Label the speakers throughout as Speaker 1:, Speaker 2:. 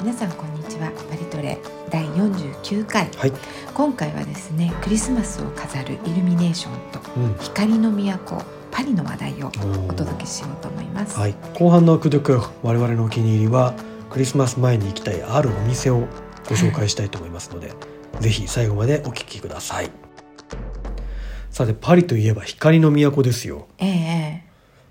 Speaker 1: 皆さんこんにちはパリトレ第49回、
Speaker 2: はい
Speaker 1: 今回はですねクリスマスを飾るイルミネーションと
Speaker 2: うん
Speaker 1: 光の都パリの話題を
Speaker 2: ー
Speaker 1: お届けしようと思います、
Speaker 2: はい、後半のクドゥク我々のお気に入りはクリスマス前に行きたいあるお店をご紹介したいと思いますので、ぜひ最後までお聞きくださいさてパリといえば光の都ですよ
Speaker 1: ええ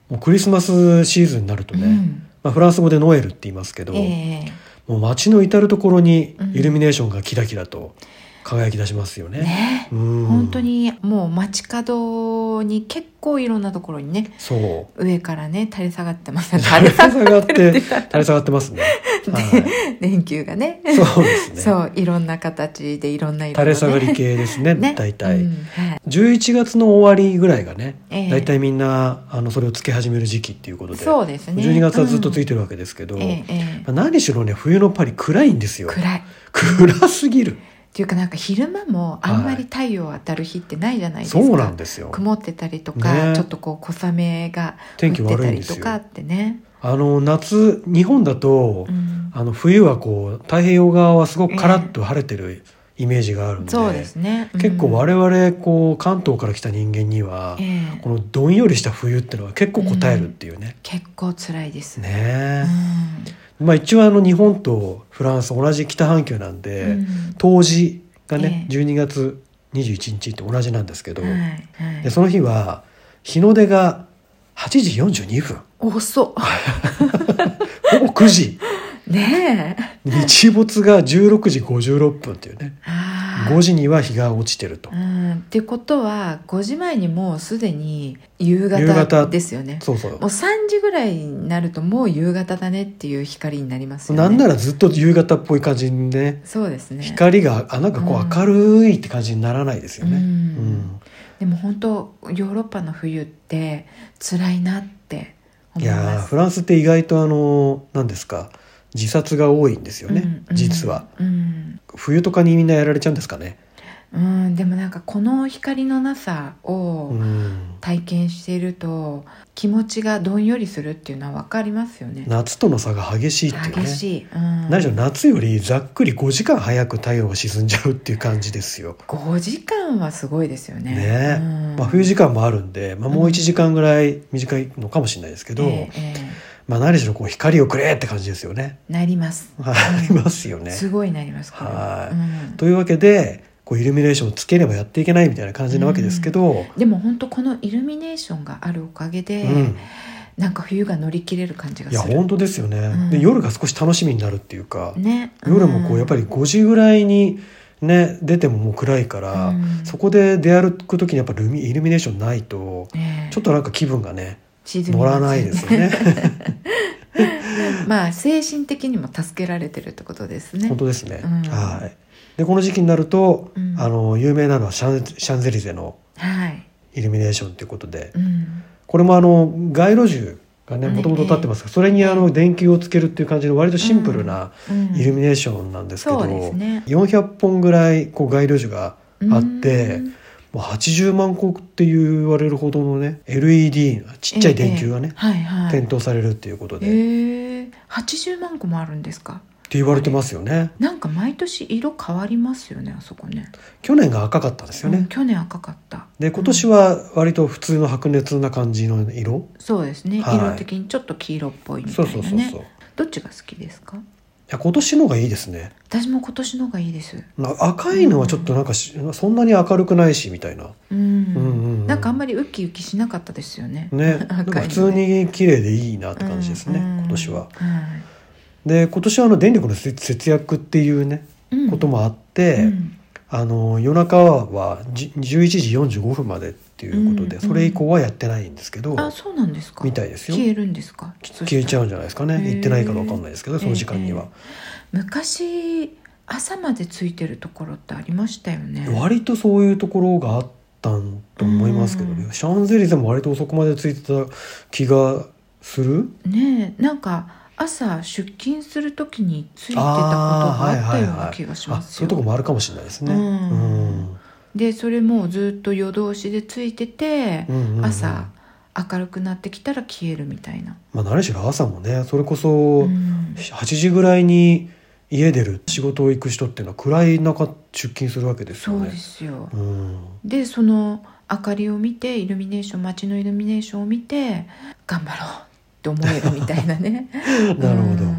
Speaker 2: もうクリスマスシーズンになると
Speaker 1: ええ
Speaker 2: ね、まあ、フランス語でノエルって言いますけど、
Speaker 1: うん、ええ
Speaker 2: もう街の至る所に
Speaker 1: うん
Speaker 2: イルミネーションがキラキラと輝き出しますよね。
Speaker 1: ね
Speaker 2: うん
Speaker 1: 本当にもう街角に結構いろんなところにね
Speaker 2: そう
Speaker 1: 上からね垂れ下がってますね
Speaker 2: 垂れ下がって垂れ下がってますね。は
Speaker 1: 電球がね
Speaker 2: い、そうですね。
Speaker 1: そういろんな形でいろんな色
Speaker 2: 垂
Speaker 1: のね
Speaker 2: れ下がり系ですね
Speaker 1: ね
Speaker 2: 大体、
Speaker 1: うんはい
Speaker 2: 11月の終わりぐらいがね、
Speaker 1: ええ
Speaker 2: 大体みんなあのそれをつけ始める時期っていうことで
Speaker 1: そうですね
Speaker 2: 12月はずっとつい
Speaker 1: て
Speaker 2: てるわけですけど、
Speaker 1: ええええ
Speaker 2: まあ何しろね冬のパリ暗いんですよ
Speaker 1: 暗いっ
Speaker 2: 暗すぎる
Speaker 1: ていうかなんか昼間もあんまり太陽当たる日ってないじゃないです
Speaker 2: そ
Speaker 1: か、
Speaker 2: うなんですよ
Speaker 1: 曇ってたりとか、
Speaker 2: ね
Speaker 1: ちょっとこう小雨が降
Speaker 2: 天
Speaker 1: っ
Speaker 2: 気
Speaker 1: て
Speaker 2: 悪
Speaker 1: た
Speaker 2: いん
Speaker 1: り
Speaker 2: で
Speaker 1: と
Speaker 2: すよ
Speaker 1: かってね、
Speaker 2: あの夏日本だと、
Speaker 1: うん
Speaker 2: あの冬はこう太平洋側はすごくカラッと晴れてるイメージがあるんで,、
Speaker 1: そうですね、うん
Speaker 2: 結構我々こう関東から来た人間には、
Speaker 1: ええ
Speaker 2: このどんよりした冬ってのは結構応えるっていうね、
Speaker 1: 結構辛いです
Speaker 2: ね
Speaker 1: う
Speaker 2: え、
Speaker 1: ん
Speaker 2: まあ、一応あの日本とフランス同じ北半球なんで、
Speaker 1: うん
Speaker 2: 冬至がね、
Speaker 1: え
Speaker 2: 12月21日って同じなんですけど、
Speaker 1: はいはい
Speaker 2: でその日は日の出が8時42分
Speaker 1: 遅
Speaker 2: 午後9時
Speaker 1: っね え
Speaker 2: 日没が16時56分っていうね
Speaker 1: あー
Speaker 2: 5時には日が落ちてると
Speaker 1: う。んってことは5時前にもうすでに夕
Speaker 2: 夕
Speaker 1: 方
Speaker 2: 方
Speaker 1: ですよね
Speaker 2: そうそう
Speaker 1: もう3時ぐらいになるともう夕方だねっていう光になりますよね
Speaker 2: なんならずっと夕方っぽい感じにね
Speaker 1: そうですね
Speaker 2: 光があなんかこ
Speaker 1: うん
Speaker 2: う明るいって感じにならないですよね。
Speaker 1: うん
Speaker 2: うん
Speaker 1: でも本当ヨーロッパの冬って辛いなって思
Speaker 2: い
Speaker 1: い
Speaker 2: や
Speaker 1: ま
Speaker 2: ー
Speaker 1: す
Speaker 2: フランスって意外とあの何ですか自殺が多いんですよね、
Speaker 1: うんうん
Speaker 2: 実は
Speaker 1: うん、
Speaker 2: 冬とかにみんなやられちゃうんですかね
Speaker 1: うん、でもなんかこの光のなさ
Speaker 2: う
Speaker 1: を
Speaker 2: ん
Speaker 1: 体験していると気持ちがどんよりするっていうのは分かりますよね
Speaker 2: 夏との差が激しいっていうね
Speaker 1: 激しい、うん、
Speaker 2: 何しろ夏よりざっくり5時間早く太陽が沈んじゃうっていう感じですよ
Speaker 1: 5時間はすごいですよね
Speaker 2: ね
Speaker 1: うん
Speaker 2: まあ、冬時間もあるんで、まあ、もう1時間ぐらい短いのかもしれないですけど、
Speaker 1: えええ
Speaker 2: まあ、何しろこう光をくれって感じですよね。
Speaker 1: えなります、
Speaker 2: ありますよね。
Speaker 1: すごいなりますこれ
Speaker 2: はい
Speaker 1: うん
Speaker 2: というわけでこうイルミネーションをつければやっていけないみたいな感じなわけですけど、
Speaker 1: でも本当このイルミネーションがあるおかげで、
Speaker 2: うん
Speaker 1: なんか冬が乗り切れる感じが
Speaker 2: いや
Speaker 1: する
Speaker 2: 本当ですよね、
Speaker 1: うん
Speaker 2: で夜が少し楽しみになるっていうか、
Speaker 1: ね
Speaker 2: 夜もこうやっぱ
Speaker 1: り
Speaker 2: り5時ぐらいにね出てももう暗いから、
Speaker 1: うん
Speaker 2: そこで出歩く時にやっぱルミイルミネーションないとちょっとなんか気分がね
Speaker 1: と
Speaker 2: 乗らないですよね
Speaker 1: まあ精神的にも助けられてるってことですね
Speaker 2: 本当ですね、
Speaker 1: うん
Speaker 2: はいでこの時期になると、
Speaker 1: うん
Speaker 2: あの有名なのはシャンシャンゼリゼの
Speaker 1: はい、
Speaker 2: イルミネーションということで、
Speaker 1: うん、
Speaker 2: これもあの街路樹がね
Speaker 1: うん
Speaker 2: もともと立ってますが、それにあの電球をつけるっていう感じの割とシンプルな
Speaker 1: うん
Speaker 2: イルミネーションなんですけど、
Speaker 1: そうですね
Speaker 2: 400本ぐらいこう街路樹があって
Speaker 1: うん
Speaker 2: もう80万個って言われるほどのね LED のちっちゃい電球が
Speaker 1: ええ
Speaker 2: ね、
Speaker 1: はいはい
Speaker 2: 点灯されるっていうことで、っ
Speaker 1: へえ80万個もあるんですか
Speaker 2: て言われてますよね
Speaker 1: なんか毎年色変わりますよねあそこね
Speaker 2: 去年が赤かったですよね、
Speaker 1: うん去年赤かった
Speaker 2: で今年は割と普通の白熱な感じの色、
Speaker 1: そうですね、
Speaker 2: はい
Speaker 1: 色的にちょっと黄色っぽいみた
Speaker 2: そ
Speaker 1: いうなね
Speaker 2: そうそうそう、い
Speaker 1: どっちが好きですか
Speaker 2: や今年の方がいいですね
Speaker 1: 私も今年のがいいです
Speaker 2: な赤いのはちょっとなんかし、そんなに明るくないしみたいな
Speaker 1: うん,、
Speaker 2: うんうん
Speaker 1: なんかあんまりウキウキしなかったですよね
Speaker 2: ね
Speaker 1: 赤い
Speaker 2: なん
Speaker 1: のね
Speaker 2: か普通に綺麗でいいなって感じですね、
Speaker 1: うんうん
Speaker 2: 今年は。
Speaker 1: は
Speaker 2: で今年はあの電力の節節約っていうね、
Speaker 1: いうん
Speaker 2: こともあって、
Speaker 1: うん
Speaker 2: あの夜中はじ11時45分までっていうことで、
Speaker 1: うんうん
Speaker 2: それ以降はやってないんですけど、
Speaker 1: あそうなんですか
Speaker 2: みたいですよ
Speaker 1: 消えるんですか
Speaker 2: 消えちゃ
Speaker 1: う
Speaker 2: うんじゃないですか
Speaker 1: へ
Speaker 2: ね
Speaker 1: ー
Speaker 2: 行ってないかわかんないですけどその時間には、
Speaker 1: 昔朝までついてるところってありましたよね
Speaker 2: 割とそういうところがあったんと思いますけどね、
Speaker 1: うん
Speaker 2: シャンゼリゼも割と遅くまでついてた気がする
Speaker 1: ねえなんか朝出勤するときについてたことがあったような気がし
Speaker 2: あ
Speaker 1: ます
Speaker 2: そ
Speaker 1: よ
Speaker 2: ういうとこもあるかもしれないですね、
Speaker 1: うん
Speaker 2: うん
Speaker 1: でそれもずっと夜通しでついてて
Speaker 2: うんうんうん
Speaker 1: 朝明るくなってきたら消えるみたいな
Speaker 2: まあ、何しろ朝もねそれこそ
Speaker 1: うん
Speaker 2: 8時ぐらいに家出る仕事を行く人っていうのは暗い中出勤するわけです
Speaker 1: そ
Speaker 2: よ
Speaker 1: う
Speaker 2: ね
Speaker 1: ですよ、
Speaker 2: うん
Speaker 1: でその明かりを見てイルミネーション街のイルミネーションを見て頑張ろうって思えるみたいな ね
Speaker 2: なるほど
Speaker 1: うん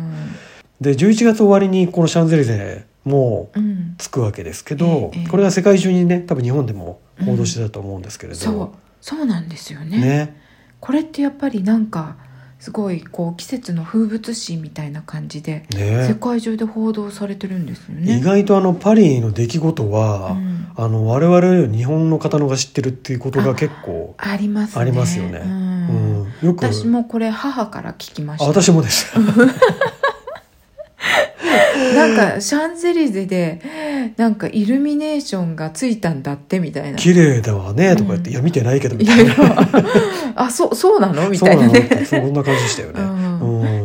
Speaker 2: で11月終わりにこのシャンゼリゼもう
Speaker 1: うん、
Speaker 2: 着くわけですけど、
Speaker 1: ええええ
Speaker 2: これは世界中にね多分日本でも報道してたと思うんですけれど、
Speaker 1: そうそうなんですよね
Speaker 2: ね
Speaker 1: これってやっぱりなんかすごいこう季節の風物詩みたいな感じで、
Speaker 2: ね
Speaker 1: 世界中で報道されてるんですよね
Speaker 2: 意外とあのパリの出来事は、
Speaker 1: うん
Speaker 2: あの我々より日本の方の方が知ってるっていうことが結構、
Speaker 1: ありますね
Speaker 2: ありますよね
Speaker 1: うん
Speaker 2: うんよく
Speaker 1: 私もこれ母から聞きま
Speaker 2: あ
Speaker 1: した
Speaker 2: 私もです。
Speaker 1: なんかシャンゼリゼでなんかイルミネーションがついたんだってみたいな
Speaker 2: 綺麗だわねとか言って、
Speaker 1: うん
Speaker 2: いや見てないけどみ
Speaker 1: い
Speaker 2: た
Speaker 1: や
Speaker 2: い
Speaker 1: い
Speaker 2: な
Speaker 1: やあそうそうなのみ
Speaker 2: そう
Speaker 1: たいな
Speaker 2: の
Speaker 1: ね
Speaker 2: そうそんな感じでしたよね。
Speaker 1: うん
Speaker 2: うん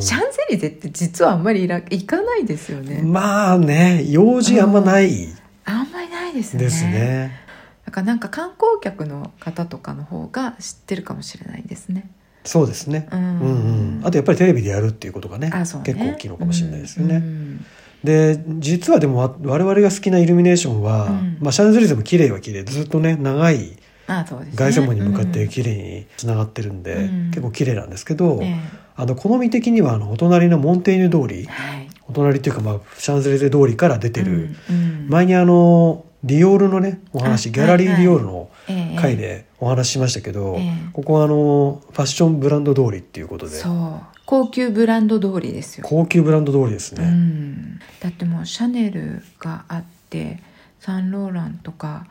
Speaker 1: シャンゼリゼって実はあんまりいら行かないですよね、
Speaker 2: まあね用事あんまない
Speaker 1: あんまりないですね
Speaker 2: ですね。
Speaker 1: だからなんか観光客の方とかの方が知ってるかもしれないですね
Speaker 2: そうですね。
Speaker 1: う
Speaker 2: うん
Speaker 1: ん
Speaker 2: うん、あとやっぱりテレビでやるっていうことがね
Speaker 1: あそうね
Speaker 2: 結構大きいのかもしれないですよね。
Speaker 1: うんうん
Speaker 2: で実はでもわ我々が好きなイルミネーションは、
Speaker 1: うん
Speaker 2: まあ、シャンゼリゼも綺麗は綺麗ずっとね長い
Speaker 1: あそうですね
Speaker 2: 凱旋門に向かって
Speaker 1: うん
Speaker 2: 綺麗につながってるんで、
Speaker 1: うん
Speaker 2: 結構綺麗なんですけど、
Speaker 1: え
Speaker 2: あの好み的にはあのお隣のモンテーニュ通り
Speaker 1: えはい
Speaker 2: お隣っていうか、まあ、シャンゼリゼ通りから出てる、
Speaker 1: うんうん
Speaker 2: 前にあのディオールのねお話
Speaker 1: あ
Speaker 2: ギャラリー
Speaker 1: はい
Speaker 2: デ
Speaker 1: はい
Speaker 2: ィオールの
Speaker 1: ええ
Speaker 2: 回でお話ししましたけど、
Speaker 1: ええ
Speaker 2: ここはあのファッションブランド通りっていうことで
Speaker 1: そう高級ブランド通りですよ、
Speaker 2: 高級ブランド通りです
Speaker 1: う
Speaker 2: ね。
Speaker 1: ん、だってもうシャネルがあってサンローランとか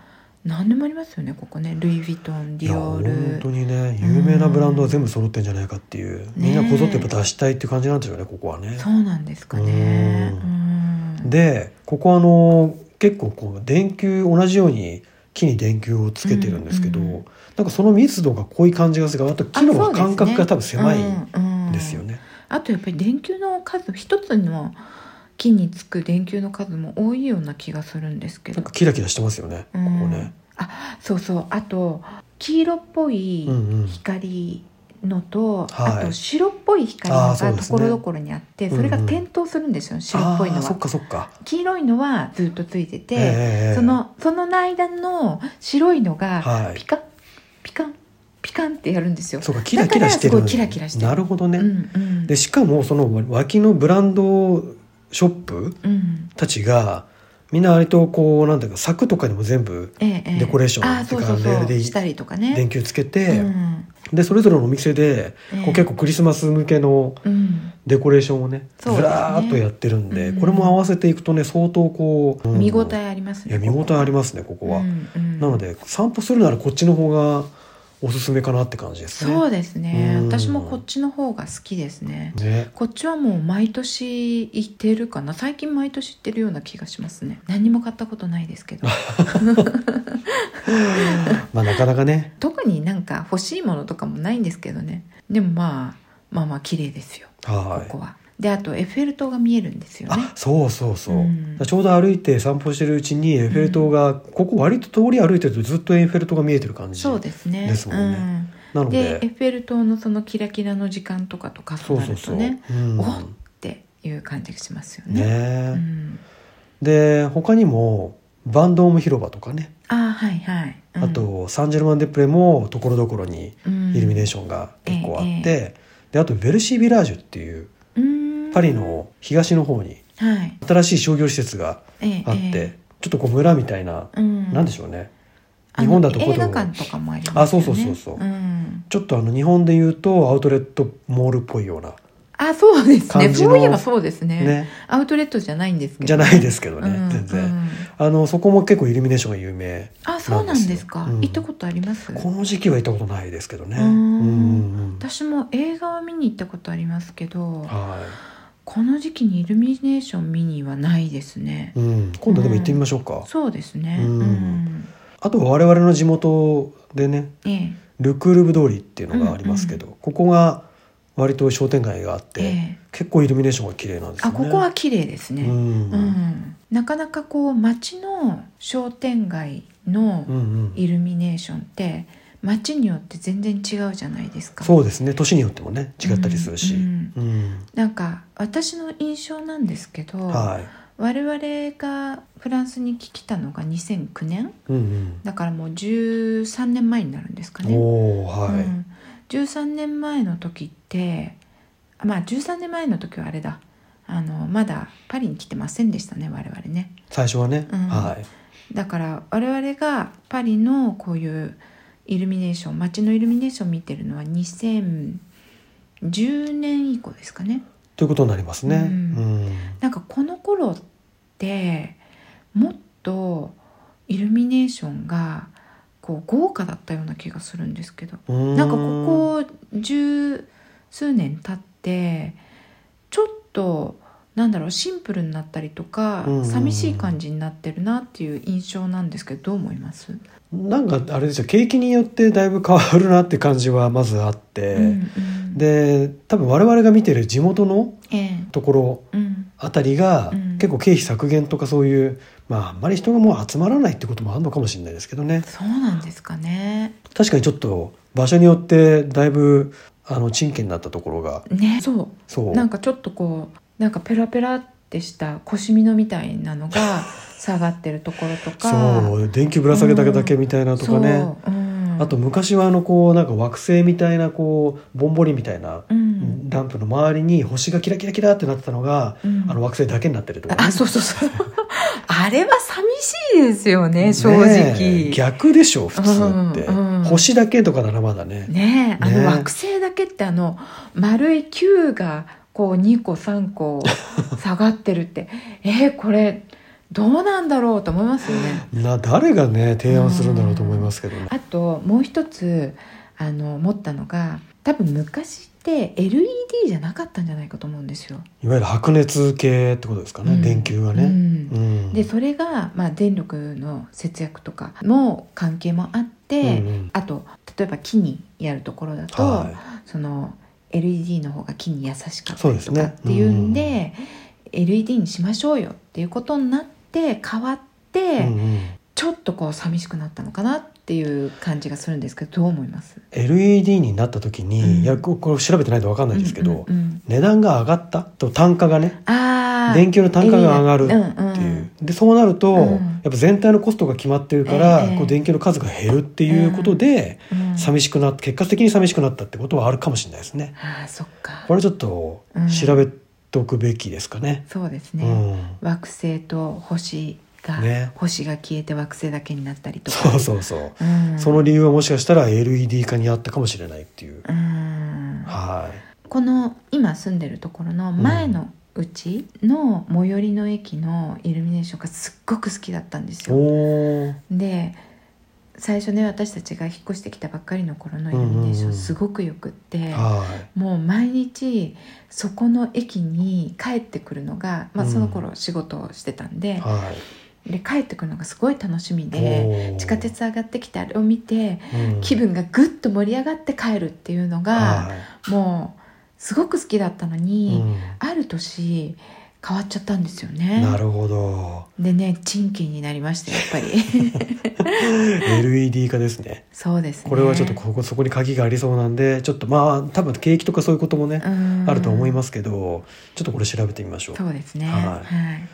Speaker 1: 何でもありますよねここねルイ・ヴィトンデ
Speaker 2: いや
Speaker 1: ィオ
Speaker 2: 本
Speaker 1: ー
Speaker 2: 当
Speaker 1: ル
Speaker 2: にね有名なブランドは全部揃ってんじゃないかっていう、みんなこぞってやっぱ出したいっていう感じなんですよねここはね
Speaker 1: そ。うなんですかね
Speaker 2: う
Speaker 1: うん
Speaker 2: でここはあの結構こう電球同じように木に電球をつけてるんですけど、
Speaker 1: うんうんうん
Speaker 2: なんかその密度が濃い感じがするからあと木
Speaker 1: あそう
Speaker 2: の
Speaker 1: ですね
Speaker 2: 間隔が多分狭いん
Speaker 1: うんうん
Speaker 2: ですよね。
Speaker 1: あとやっぱり電球の数一つの木につく電球の数も多いような気がするんですけ
Speaker 2: な
Speaker 1: ど
Speaker 2: んかキラキラしてますよね、
Speaker 1: うん
Speaker 2: ここね。
Speaker 1: あそうそうあと黄色っぽい
Speaker 2: うんうん
Speaker 1: 光のと、
Speaker 2: はい
Speaker 1: あと白っぽい光の
Speaker 2: あーそう
Speaker 1: が
Speaker 2: で
Speaker 1: と
Speaker 2: すね
Speaker 1: ころどころにあってそ,、れが
Speaker 2: うんうん
Speaker 1: 点灯するんですよ、白っぽいの
Speaker 2: あーそっ
Speaker 1: は
Speaker 2: かそっか。
Speaker 1: 黄色いのはずっとついてて、
Speaker 2: ええ
Speaker 1: そのその間の白いのが
Speaker 2: は
Speaker 1: ピ
Speaker 2: い。
Speaker 1: カンピカンピカンってやるんですよ
Speaker 2: そうかキラキラしてる
Speaker 1: だからすごいキラキラしてる
Speaker 2: なるほどね。
Speaker 1: うんうん
Speaker 2: でしかもその脇のブランドショップ
Speaker 1: うん
Speaker 2: たちがみんな割とこうなんだか柵とかにも全部
Speaker 1: ええええ
Speaker 2: デコレーション
Speaker 1: あーそうそう
Speaker 2: だか
Speaker 1: そ
Speaker 2: らレール
Speaker 1: う
Speaker 2: で
Speaker 1: したりとかね
Speaker 2: 電球つけて、
Speaker 1: うん
Speaker 2: でそれぞれのお店で
Speaker 1: ええ
Speaker 2: こう結構クリスマス向けの
Speaker 1: うん
Speaker 2: デコレーションをね
Speaker 1: そう
Speaker 2: ず
Speaker 1: ですね
Speaker 2: らーっとやってるんで、
Speaker 1: うん
Speaker 2: これも合わせていくとね相当こう、うん
Speaker 1: 見応えあります
Speaker 2: い
Speaker 1: ね
Speaker 2: や見応えあり
Speaker 1: ま
Speaker 2: ますねここは、
Speaker 1: うんうん
Speaker 2: なので散歩するならこっちの方がおすすめかなって感じですね
Speaker 1: そうですね、
Speaker 2: うん
Speaker 1: 私もこっちの方が好きですね
Speaker 2: ね
Speaker 1: こっちはもう毎年行ってるかな最近毎年行ってるような気がしますね何も買ったことないですけど
Speaker 2: まあなかなかね
Speaker 1: 特になんか欲しいものとかもないんですけどねでもまあまあまあ綺麗ですよこ
Speaker 2: はい
Speaker 1: こはであとエッフェル塔が見えるんですよね
Speaker 2: あそうそうそう、
Speaker 1: うん
Speaker 2: ちょうど歩いて散歩してるうちにエッフェル塔が、ここ割と通り歩いてるとずっとエッフェル塔が見えてる感じ
Speaker 1: そうですね
Speaker 2: ですもんねな
Speaker 1: う
Speaker 2: の
Speaker 1: ん、で
Speaker 2: で
Speaker 1: エッフェル塔のそのキラキラの時間とかと
Speaker 2: そ
Speaker 1: 重
Speaker 2: う
Speaker 1: な
Speaker 2: そう
Speaker 1: る
Speaker 2: そ
Speaker 1: と
Speaker 2: う、
Speaker 1: ね
Speaker 2: うん、
Speaker 1: おっっていう感じがしますよ
Speaker 2: ね
Speaker 1: ね
Speaker 2: え
Speaker 1: うん、
Speaker 2: で他にもバンドーム広場とかね、
Speaker 1: あーはいはい、うん
Speaker 2: あとサンジェルマン・デ・プレもところどころにイルミネーションが結構あって、
Speaker 1: うんえ
Speaker 2: であとベルシー・ビラージュっていう
Speaker 1: うん
Speaker 2: パリの東の方に
Speaker 1: はい
Speaker 2: 新しい商業施設が
Speaker 1: ええ
Speaker 2: あって、
Speaker 1: え
Speaker 2: ちょっとこう村みたいな、
Speaker 1: えうん、
Speaker 2: なんでしょうね日本だと
Speaker 1: あ
Speaker 2: こ
Speaker 1: の
Speaker 2: と
Speaker 1: 映画館とかもありますよね、
Speaker 2: あそうそうそうそうんちょっとあの日本で言うとアウトレットモールっぽいような
Speaker 1: あそうです
Speaker 2: 感
Speaker 1: ね
Speaker 2: じの
Speaker 1: そういえばそうですね
Speaker 2: ね
Speaker 1: アウトレットじゃないんですけど、
Speaker 2: じゃないですけどね、
Speaker 1: うん
Speaker 2: 全然、
Speaker 1: うん
Speaker 2: あのそこも結構イルミネーションが有名
Speaker 1: あそうなんですか
Speaker 2: なんですようん
Speaker 1: 行ったことあります
Speaker 2: この時期は行ったことないですけどね
Speaker 1: うー
Speaker 2: うんんうんうん
Speaker 1: 私も映画は見に行ったことありますけど
Speaker 2: は
Speaker 1: この時期にイルミネーション見にはないですね
Speaker 2: い、うん、今度でも行ってみましょうか、
Speaker 1: そうですね
Speaker 2: うん
Speaker 1: うん
Speaker 2: あとは我々の地元でね
Speaker 1: え
Speaker 2: ルクールブ通りっていうのがありますけど、ここが割と商店街があって、
Speaker 1: えええ
Speaker 2: 結構イルミネーションが綺麗なんですよ
Speaker 1: あ
Speaker 2: ね
Speaker 1: ここは綺麗です
Speaker 2: う
Speaker 1: ね、
Speaker 2: ん、う
Speaker 1: うんん、なかなかこう街の商店街の
Speaker 2: うん
Speaker 1: イルミネーションって街によって全然違うじゃないですか
Speaker 2: そうですね年によってもね違ったりするし、
Speaker 1: うん
Speaker 2: うん
Speaker 1: なんか私の印象なんですけど、
Speaker 2: はい
Speaker 1: 我々がフランスに来たのが2009年
Speaker 2: うん
Speaker 1: だからもう13年前になるんですか
Speaker 2: うん、
Speaker 1: ね、
Speaker 2: おおはい、
Speaker 1: うん、13年前の時ってあまあ13年前の時はあれだあのまだパリに来てませんでしたね我々ね
Speaker 2: 最初はね、
Speaker 1: うん
Speaker 2: はい
Speaker 1: だから我々がパリのこういうイルミネーション街のイルミネーション見てるのは2010年以降ですかね
Speaker 2: ということになりますね。う
Speaker 1: うん
Speaker 2: ん
Speaker 1: なんかこの頃ってもっとイルミネーションがこう豪華だったような気がするんですけど
Speaker 2: うーん
Speaker 1: なんかここ十数年経ってちょっとなんだろうシンプルになったりとか
Speaker 2: うんうんうん
Speaker 1: 寂しい感じになってるなっていう印象なんですけどどう思います、
Speaker 2: なんかあれですよ景気によってだいぶ変わるなって感じはまずあって、
Speaker 1: うんうん、
Speaker 2: で多分我々が見てる地元の
Speaker 1: ええ
Speaker 2: ところ
Speaker 1: うん
Speaker 2: あたりが、
Speaker 1: うん
Speaker 2: 結構経費削減とかそういうまああんまり人がもう集まらないってこともあるのかもしれないですけどね
Speaker 1: そうなんですかね。
Speaker 2: 確かにちょっと場所によってだいぶあの珍家になったところが
Speaker 1: ねそ
Speaker 2: そう
Speaker 1: うなんかちょっとこうなんかペラペラってした腰みのみたいなの が下がってるところとか
Speaker 2: そう電球ぶら下げただけみたいなとかね、
Speaker 1: そううん
Speaker 2: あと昔はあのこうなんか惑星みたいなこうぼんぼりみたいな
Speaker 1: うん
Speaker 2: ランプの周りに星がキラキラキラってなってたのが、
Speaker 1: うん
Speaker 2: あの惑星だけになってるとかね、
Speaker 1: あ、そうそう そう。あれは寂しいですよね、正
Speaker 2: え
Speaker 1: 直。
Speaker 2: 逆でしょ普通って、
Speaker 1: うんうん
Speaker 2: 星だけとかならまだね
Speaker 1: ねえ、あ
Speaker 2: ねえ
Speaker 1: の惑星だけってあの、丸い球がこう2個3個下がってる って、えーこれどうなんだろうと思いますよね。
Speaker 2: な誰がね提案するんだろうと思いますけどね、
Speaker 1: あともう一つ、あの、思ったのが、多分昔って LED じゃなかったんじゃないかと思うんですよ。
Speaker 2: いわゆる白熱系ってことですかね、
Speaker 1: うん
Speaker 2: 電球が
Speaker 1: う
Speaker 2: ね、
Speaker 1: ん
Speaker 2: うん
Speaker 1: でそれが、まあ、電力の節約とかも関係もあって、
Speaker 2: うんうん
Speaker 1: あと例えば木にやるところだと、
Speaker 2: は
Speaker 1: その LED の方が木に優しかったり
Speaker 2: そ
Speaker 1: と
Speaker 2: うですね
Speaker 1: かっていうんで LED にしましょうよっていうことになって変わって、
Speaker 2: い、うんうん
Speaker 1: ちょっとこう寂しくなったのかなっていう感じがするんですけどどう思います
Speaker 2: LED になった時に、
Speaker 1: うん
Speaker 2: いやここれ調べてないと分かんないですけど、
Speaker 1: うんうんうん
Speaker 2: 値段が上がったと単価がね
Speaker 1: ああ
Speaker 2: 電球の単価が上がる
Speaker 1: っ
Speaker 2: っていう、でそうなると、
Speaker 1: うん
Speaker 2: やっぱ全体のコストが決まってるから、
Speaker 1: ええ
Speaker 2: こう電球の数が減るっていうことで、寂しくなっ結果的に寂しくなったってことはあるかもしれないですね。
Speaker 1: ああそっか
Speaker 2: これちょっと
Speaker 1: うん
Speaker 2: 調べとくべきですかね。
Speaker 1: そうです
Speaker 2: う
Speaker 1: ね、
Speaker 2: ん、
Speaker 1: 惑星と星が、
Speaker 2: ね
Speaker 1: 星が消えて惑星だけになったりとか
Speaker 2: そうそうそう。
Speaker 1: うん
Speaker 2: その理由はもしかしたら LED 化にあったかもしれないっていう。
Speaker 1: うん
Speaker 2: は
Speaker 1: この今住んでるところの前のうちの最寄りの駅のイルミネーションがすっごく好きだったんです
Speaker 2: い。お
Speaker 1: よ
Speaker 2: お。
Speaker 1: で最初ね私たちが引っ越してきたばっかりの頃のイルミネーシ
Speaker 2: う
Speaker 1: ョ
Speaker 2: んうんうん
Speaker 1: ンすごくよくって、
Speaker 2: は
Speaker 1: もう毎日そこの駅に帰ってくるのが、まあ、
Speaker 2: うん
Speaker 1: その頃仕事をしてたん
Speaker 2: い。
Speaker 1: で,、
Speaker 2: は
Speaker 1: で帰ってくるのがすごい楽しみ
Speaker 2: い。
Speaker 1: で
Speaker 2: おー
Speaker 1: 地下、鉄上がってきてあれを見て
Speaker 2: うん
Speaker 1: 気分がぐっと盛り上がって帰るっていうのが
Speaker 2: は
Speaker 1: もうすごく好きだったの
Speaker 2: い
Speaker 1: に、
Speaker 2: う
Speaker 1: ある年変わっちゃったんですよ
Speaker 2: ん
Speaker 1: ね
Speaker 2: なる ほど。
Speaker 1: でね賃金になりましたやっぱり
Speaker 2: LED 化ですね。
Speaker 1: そうですね
Speaker 2: これはちょっとここそこに鍵がありそうなんで、ちょっとまあ多分景気とかそういうこともね、あると思いますすけど、ちょっとこれ調べてみましょう。
Speaker 1: そうですね
Speaker 2: はい
Speaker 1: はい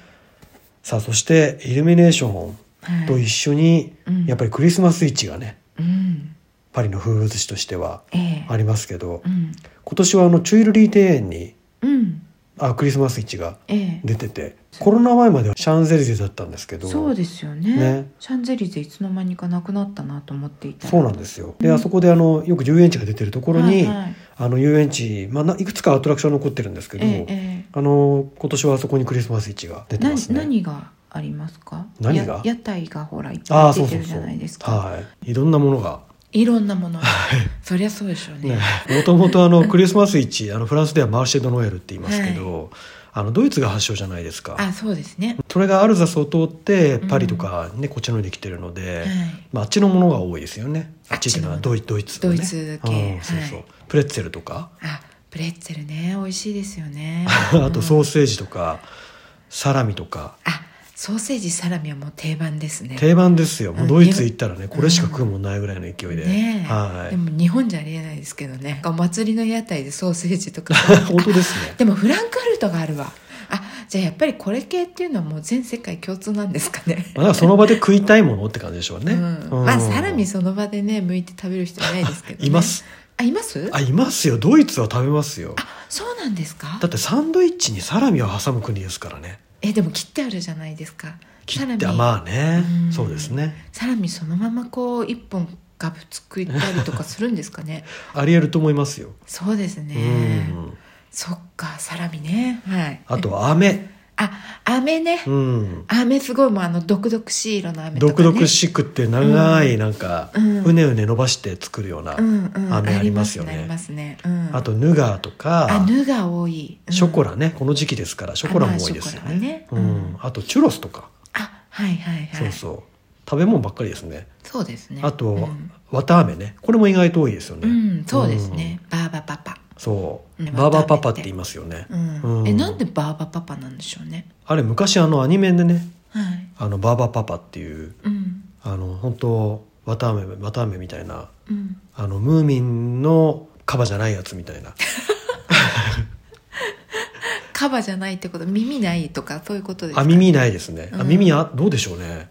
Speaker 2: さあそしてイルミネーション
Speaker 1: はい
Speaker 2: と一緒に、
Speaker 1: うん
Speaker 2: やっぱりクリスマスイチがね、
Speaker 1: うん
Speaker 2: パリの風物詩としては
Speaker 1: ええ
Speaker 2: ありますけど、
Speaker 1: うん
Speaker 2: 今年はあのチュイルリー庭園に
Speaker 1: うん
Speaker 2: あクリスマスイチが
Speaker 1: ええ
Speaker 2: 出てて、コロナ前まではシャンゼリゼだったんですけど、
Speaker 1: そうですよね
Speaker 2: ね
Speaker 1: シャンゼリゼいつの間にかなくなったなと思っていた
Speaker 2: そう
Speaker 1: と
Speaker 2: なんですよ。で、あそこであのよく遊園地が出てるところに、あの遊園地、まあ、ないくつかアトラクション残ってるんですけど、
Speaker 1: えええ
Speaker 2: あの今年はあそこにクリスマスイチが出
Speaker 1: え
Speaker 2: て
Speaker 1: な
Speaker 2: ますね。
Speaker 1: 何がありますか
Speaker 2: 何が
Speaker 1: や屋台がほらいっ
Speaker 2: あ
Speaker 1: ぱ
Speaker 2: あ
Speaker 1: い出
Speaker 2: そうそ
Speaker 1: て
Speaker 2: う
Speaker 1: るじ
Speaker 2: そ
Speaker 1: ゃ
Speaker 2: う。
Speaker 1: ないですか
Speaker 2: はい。いろんなものが。
Speaker 1: いろんなものそりゃそうでしょうね
Speaker 2: もともとあのクリスマスイチ、あのフランスではマルシェ・ド・ノエルって言いますけど、あのドイツが発祥じゃないですか。
Speaker 1: あそうですね
Speaker 2: それがアルザスを通ってパリとかね、こっちの方に来てるので、
Speaker 1: はい
Speaker 2: まあ、あっちのものが多いですよね。あ
Speaker 1: あ
Speaker 2: っ
Speaker 1: っ
Speaker 2: ちっ
Speaker 1: ち
Speaker 2: ていうの
Speaker 1: の
Speaker 2: はドイドイツのね、
Speaker 1: ドイツ系
Speaker 2: うんそうそう、
Speaker 1: はい
Speaker 2: プレッツェルとか、
Speaker 1: あプレッツェルね美味しいですよね
Speaker 2: あとソー
Speaker 1: セ
Speaker 2: セージとか、サラミとか。
Speaker 1: あソーセージサラミはもう定番ですね
Speaker 2: 定番ですよ。もう
Speaker 1: うん
Speaker 2: ドイツ行ったらね、これしか食うもんないぐらいの勢いで。
Speaker 1: ねえ、
Speaker 2: はい
Speaker 1: で。も日本じゃありえないですけどねお祭りの屋台でソーセージとか
Speaker 2: 本当ですね。
Speaker 1: でもフランクフルトがあるわあじゃあやっぱりこれ系っていうのはもう全世界共通なんですかね
Speaker 2: まあ、だからその場で食いたいものって感じでしょうね。
Speaker 1: うん、まあサラミその場でね剥いて食べる人いないですけど、ね、
Speaker 2: います。
Speaker 1: あいます
Speaker 2: あ、いますよ。ドイツは食べますよ。
Speaker 1: あそうなんですか
Speaker 2: だってサンドイッチにサラミを挟む国ですからね。
Speaker 1: えでも切ってあるじゃないですか
Speaker 2: 切って
Speaker 1: サラミ
Speaker 2: まあね
Speaker 1: う、ん
Speaker 2: そうですね。
Speaker 1: サラミそのままこう一本ガブつくいたりとかするんですかね
Speaker 2: ありえると思いますよ。
Speaker 1: そうです
Speaker 2: う
Speaker 1: ね
Speaker 2: ん。
Speaker 1: そっかサラミねはい
Speaker 2: あとは飴。
Speaker 1: あ飴ね
Speaker 2: うん。
Speaker 1: 飴すごいもうあの毒々しい色の飴とか、ね、
Speaker 2: 独々しくって長いなんか、
Speaker 1: うん
Speaker 2: うねうね伸ばして作るような。
Speaker 1: うんうん、
Speaker 2: 飴ありますよね
Speaker 1: ありますねありますね、うん、
Speaker 2: あとヌガーと
Speaker 1: あ
Speaker 2: か、
Speaker 1: ぬが多い、うん
Speaker 2: ショコラね。この時期ですから、ショコラも多いですよ
Speaker 1: あまあシ
Speaker 2: ね
Speaker 1: ョ。コ
Speaker 2: う
Speaker 1: ラはね
Speaker 2: ん。あとチュロスとか。
Speaker 1: あはいはいはい
Speaker 2: そうそう。食べ物ばっかりですね。
Speaker 1: そうですね
Speaker 2: あと、
Speaker 1: うん、
Speaker 2: 綿飴ね。これも意外と多いですよね。
Speaker 1: うんそうですね、バーバパパ
Speaker 2: そう、
Speaker 1: ね
Speaker 2: バーバパパ
Speaker 1: 綿飴っ
Speaker 2: っ
Speaker 1: て
Speaker 2: て言いますよね、
Speaker 1: うん、
Speaker 2: うん
Speaker 1: えなんでバーバパパなんでしょうね
Speaker 2: あれ昔あのアニメでね
Speaker 1: はい
Speaker 2: あのバーバパパっていう
Speaker 1: うん
Speaker 2: あの本当綿飴綿飴みたいな
Speaker 1: うん
Speaker 2: あのムーミンのカバじゃないやつみた いな
Speaker 1: カバじゃないってこと耳ないとかそういうことですか
Speaker 2: あ耳ないですね、
Speaker 1: う
Speaker 2: あ
Speaker 1: ん
Speaker 2: 耳あどうでしょうね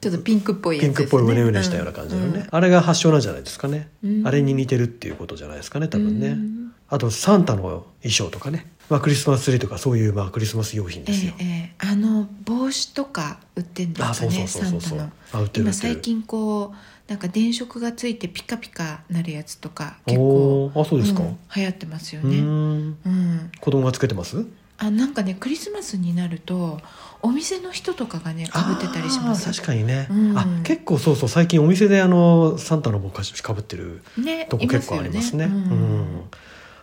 Speaker 1: ちょっとピンクっぽいやつ
Speaker 2: ピン
Speaker 1: です、
Speaker 2: ク
Speaker 1: ね、
Speaker 2: っぽいうねうねしたような感じのね、あれが発祥なんじゃないですかね、
Speaker 1: うん
Speaker 2: あれに似てるっていうことじゃないですかね多分ね、
Speaker 1: うん
Speaker 2: あとサンタの衣装とかね、まあ、クリスマスツリーとかそういうまあクリスマス用品
Speaker 1: え
Speaker 2: ですよ、
Speaker 1: えええあの帽子とか売ってんです
Speaker 2: あ
Speaker 1: か
Speaker 2: そうそ
Speaker 1: ね
Speaker 2: うそう
Speaker 1: サ
Speaker 2: そ
Speaker 1: ン
Speaker 2: う
Speaker 1: タ
Speaker 2: そう
Speaker 1: の
Speaker 2: あ売ってる売
Speaker 1: 今
Speaker 2: ってる
Speaker 1: 最近こうなんか電飾がついてピカピカなるやつとか結構
Speaker 2: おーあそうですか、
Speaker 1: ん流行ってますよ
Speaker 2: う
Speaker 1: ね
Speaker 2: ーん
Speaker 1: うん
Speaker 2: 子供がつけてます
Speaker 1: あなんかねクリスマスになるとお店の人とかがねかぶってたりします
Speaker 2: あー確かにね、
Speaker 1: うん
Speaker 2: あ結構そうそう最近お店であのサンタの帽子かぶってる
Speaker 1: ね
Speaker 2: とこ結構ありますね
Speaker 1: いよ
Speaker 2: う
Speaker 1: うん
Speaker 2: ん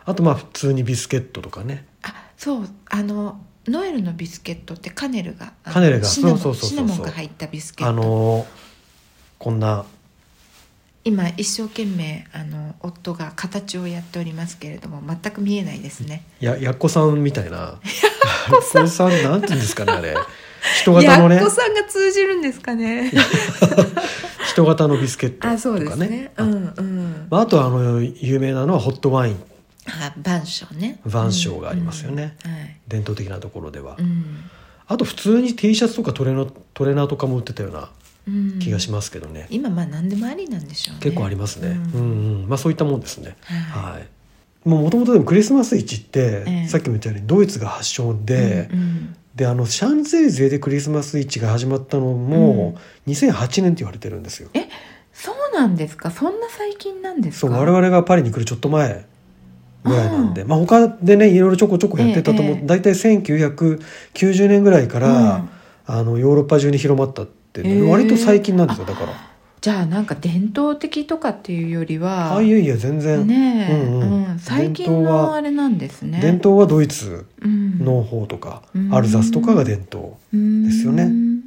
Speaker 2: あとまあ普通にビスケットとかね
Speaker 1: あそうあのノエルのビスケットってカネルがあの
Speaker 2: カネルが
Speaker 1: シナモン
Speaker 2: そうそうそうそう
Speaker 1: シナモンが入ったビスケット
Speaker 2: あのこんな
Speaker 1: 今一生懸命あの夫が形をやっておりますけれども全く見えないですね
Speaker 2: ややっこさんみたいなやっこさんなんていうんですかねあれ人型のね
Speaker 1: やっこさんが通じるんですかね
Speaker 2: 人型のビスケットとかね
Speaker 1: あそうですねうんうん、
Speaker 2: まあ、あとはあの有名なのはホットワイン
Speaker 1: あ晩鐘ね
Speaker 2: 晩鐘がありますよね、
Speaker 1: うんうんはい
Speaker 2: 伝統的なところでは、
Speaker 1: うん
Speaker 2: あと普通に T シャツとかトレーナートレーナーとかも売ってたような
Speaker 1: うん、
Speaker 2: 気がしますけどね、
Speaker 1: 今まあ何でもありなんでしょうね
Speaker 2: 結構ありますね、
Speaker 1: うん
Speaker 2: うん、うんまあそういったもんですね
Speaker 1: は
Speaker 2: はいもうもともとでもクリスマスイチって、
Speaker 1: ええ
Speaker 2: さっきも言ったようにドイツが発祥
Speaker 1: い
Speaker 2: で、
Speaker 1: うんうん
Speaker 2: であのシャンゼリゼでクリスマスイチが始まったのも、2008年って言われてるんですよ
Speaker 1: えそうなんですかそんな最近なんですか
Speaker 2: そう我々がパリに来るちょっと前ぐらいなんで、まあ他でねいろいろちょこちょこやってたと思う、
Speaker 1: ええ
Speaker 2: 大体1990年ぐらいから、
Speaker 1: うん
Speaker 2: あのヨーロッパ中に広まったって、ね
Speaker 1: ええ
Speaker 2: 割と最近なんですよだから。
Speaker 1: じゃあなんか伝統的とかっていうよりは
Speaker 2: あいやいや全然、
Speaker 1: ねえ、
Speaker 2: うんうん
Speaker 1: うん最近
Speaker 2: 伝統
Speaker 1: の
Speaker 2: は
Speaker 1: あれなんですね
Speaker 2: 伝統はドイツ
Speaker 1: うん
Speaker 2: の方とか、
Speaker 1: うん
Speaker 2: アルザスとかが伝統、ですよね
Speaker 1: うん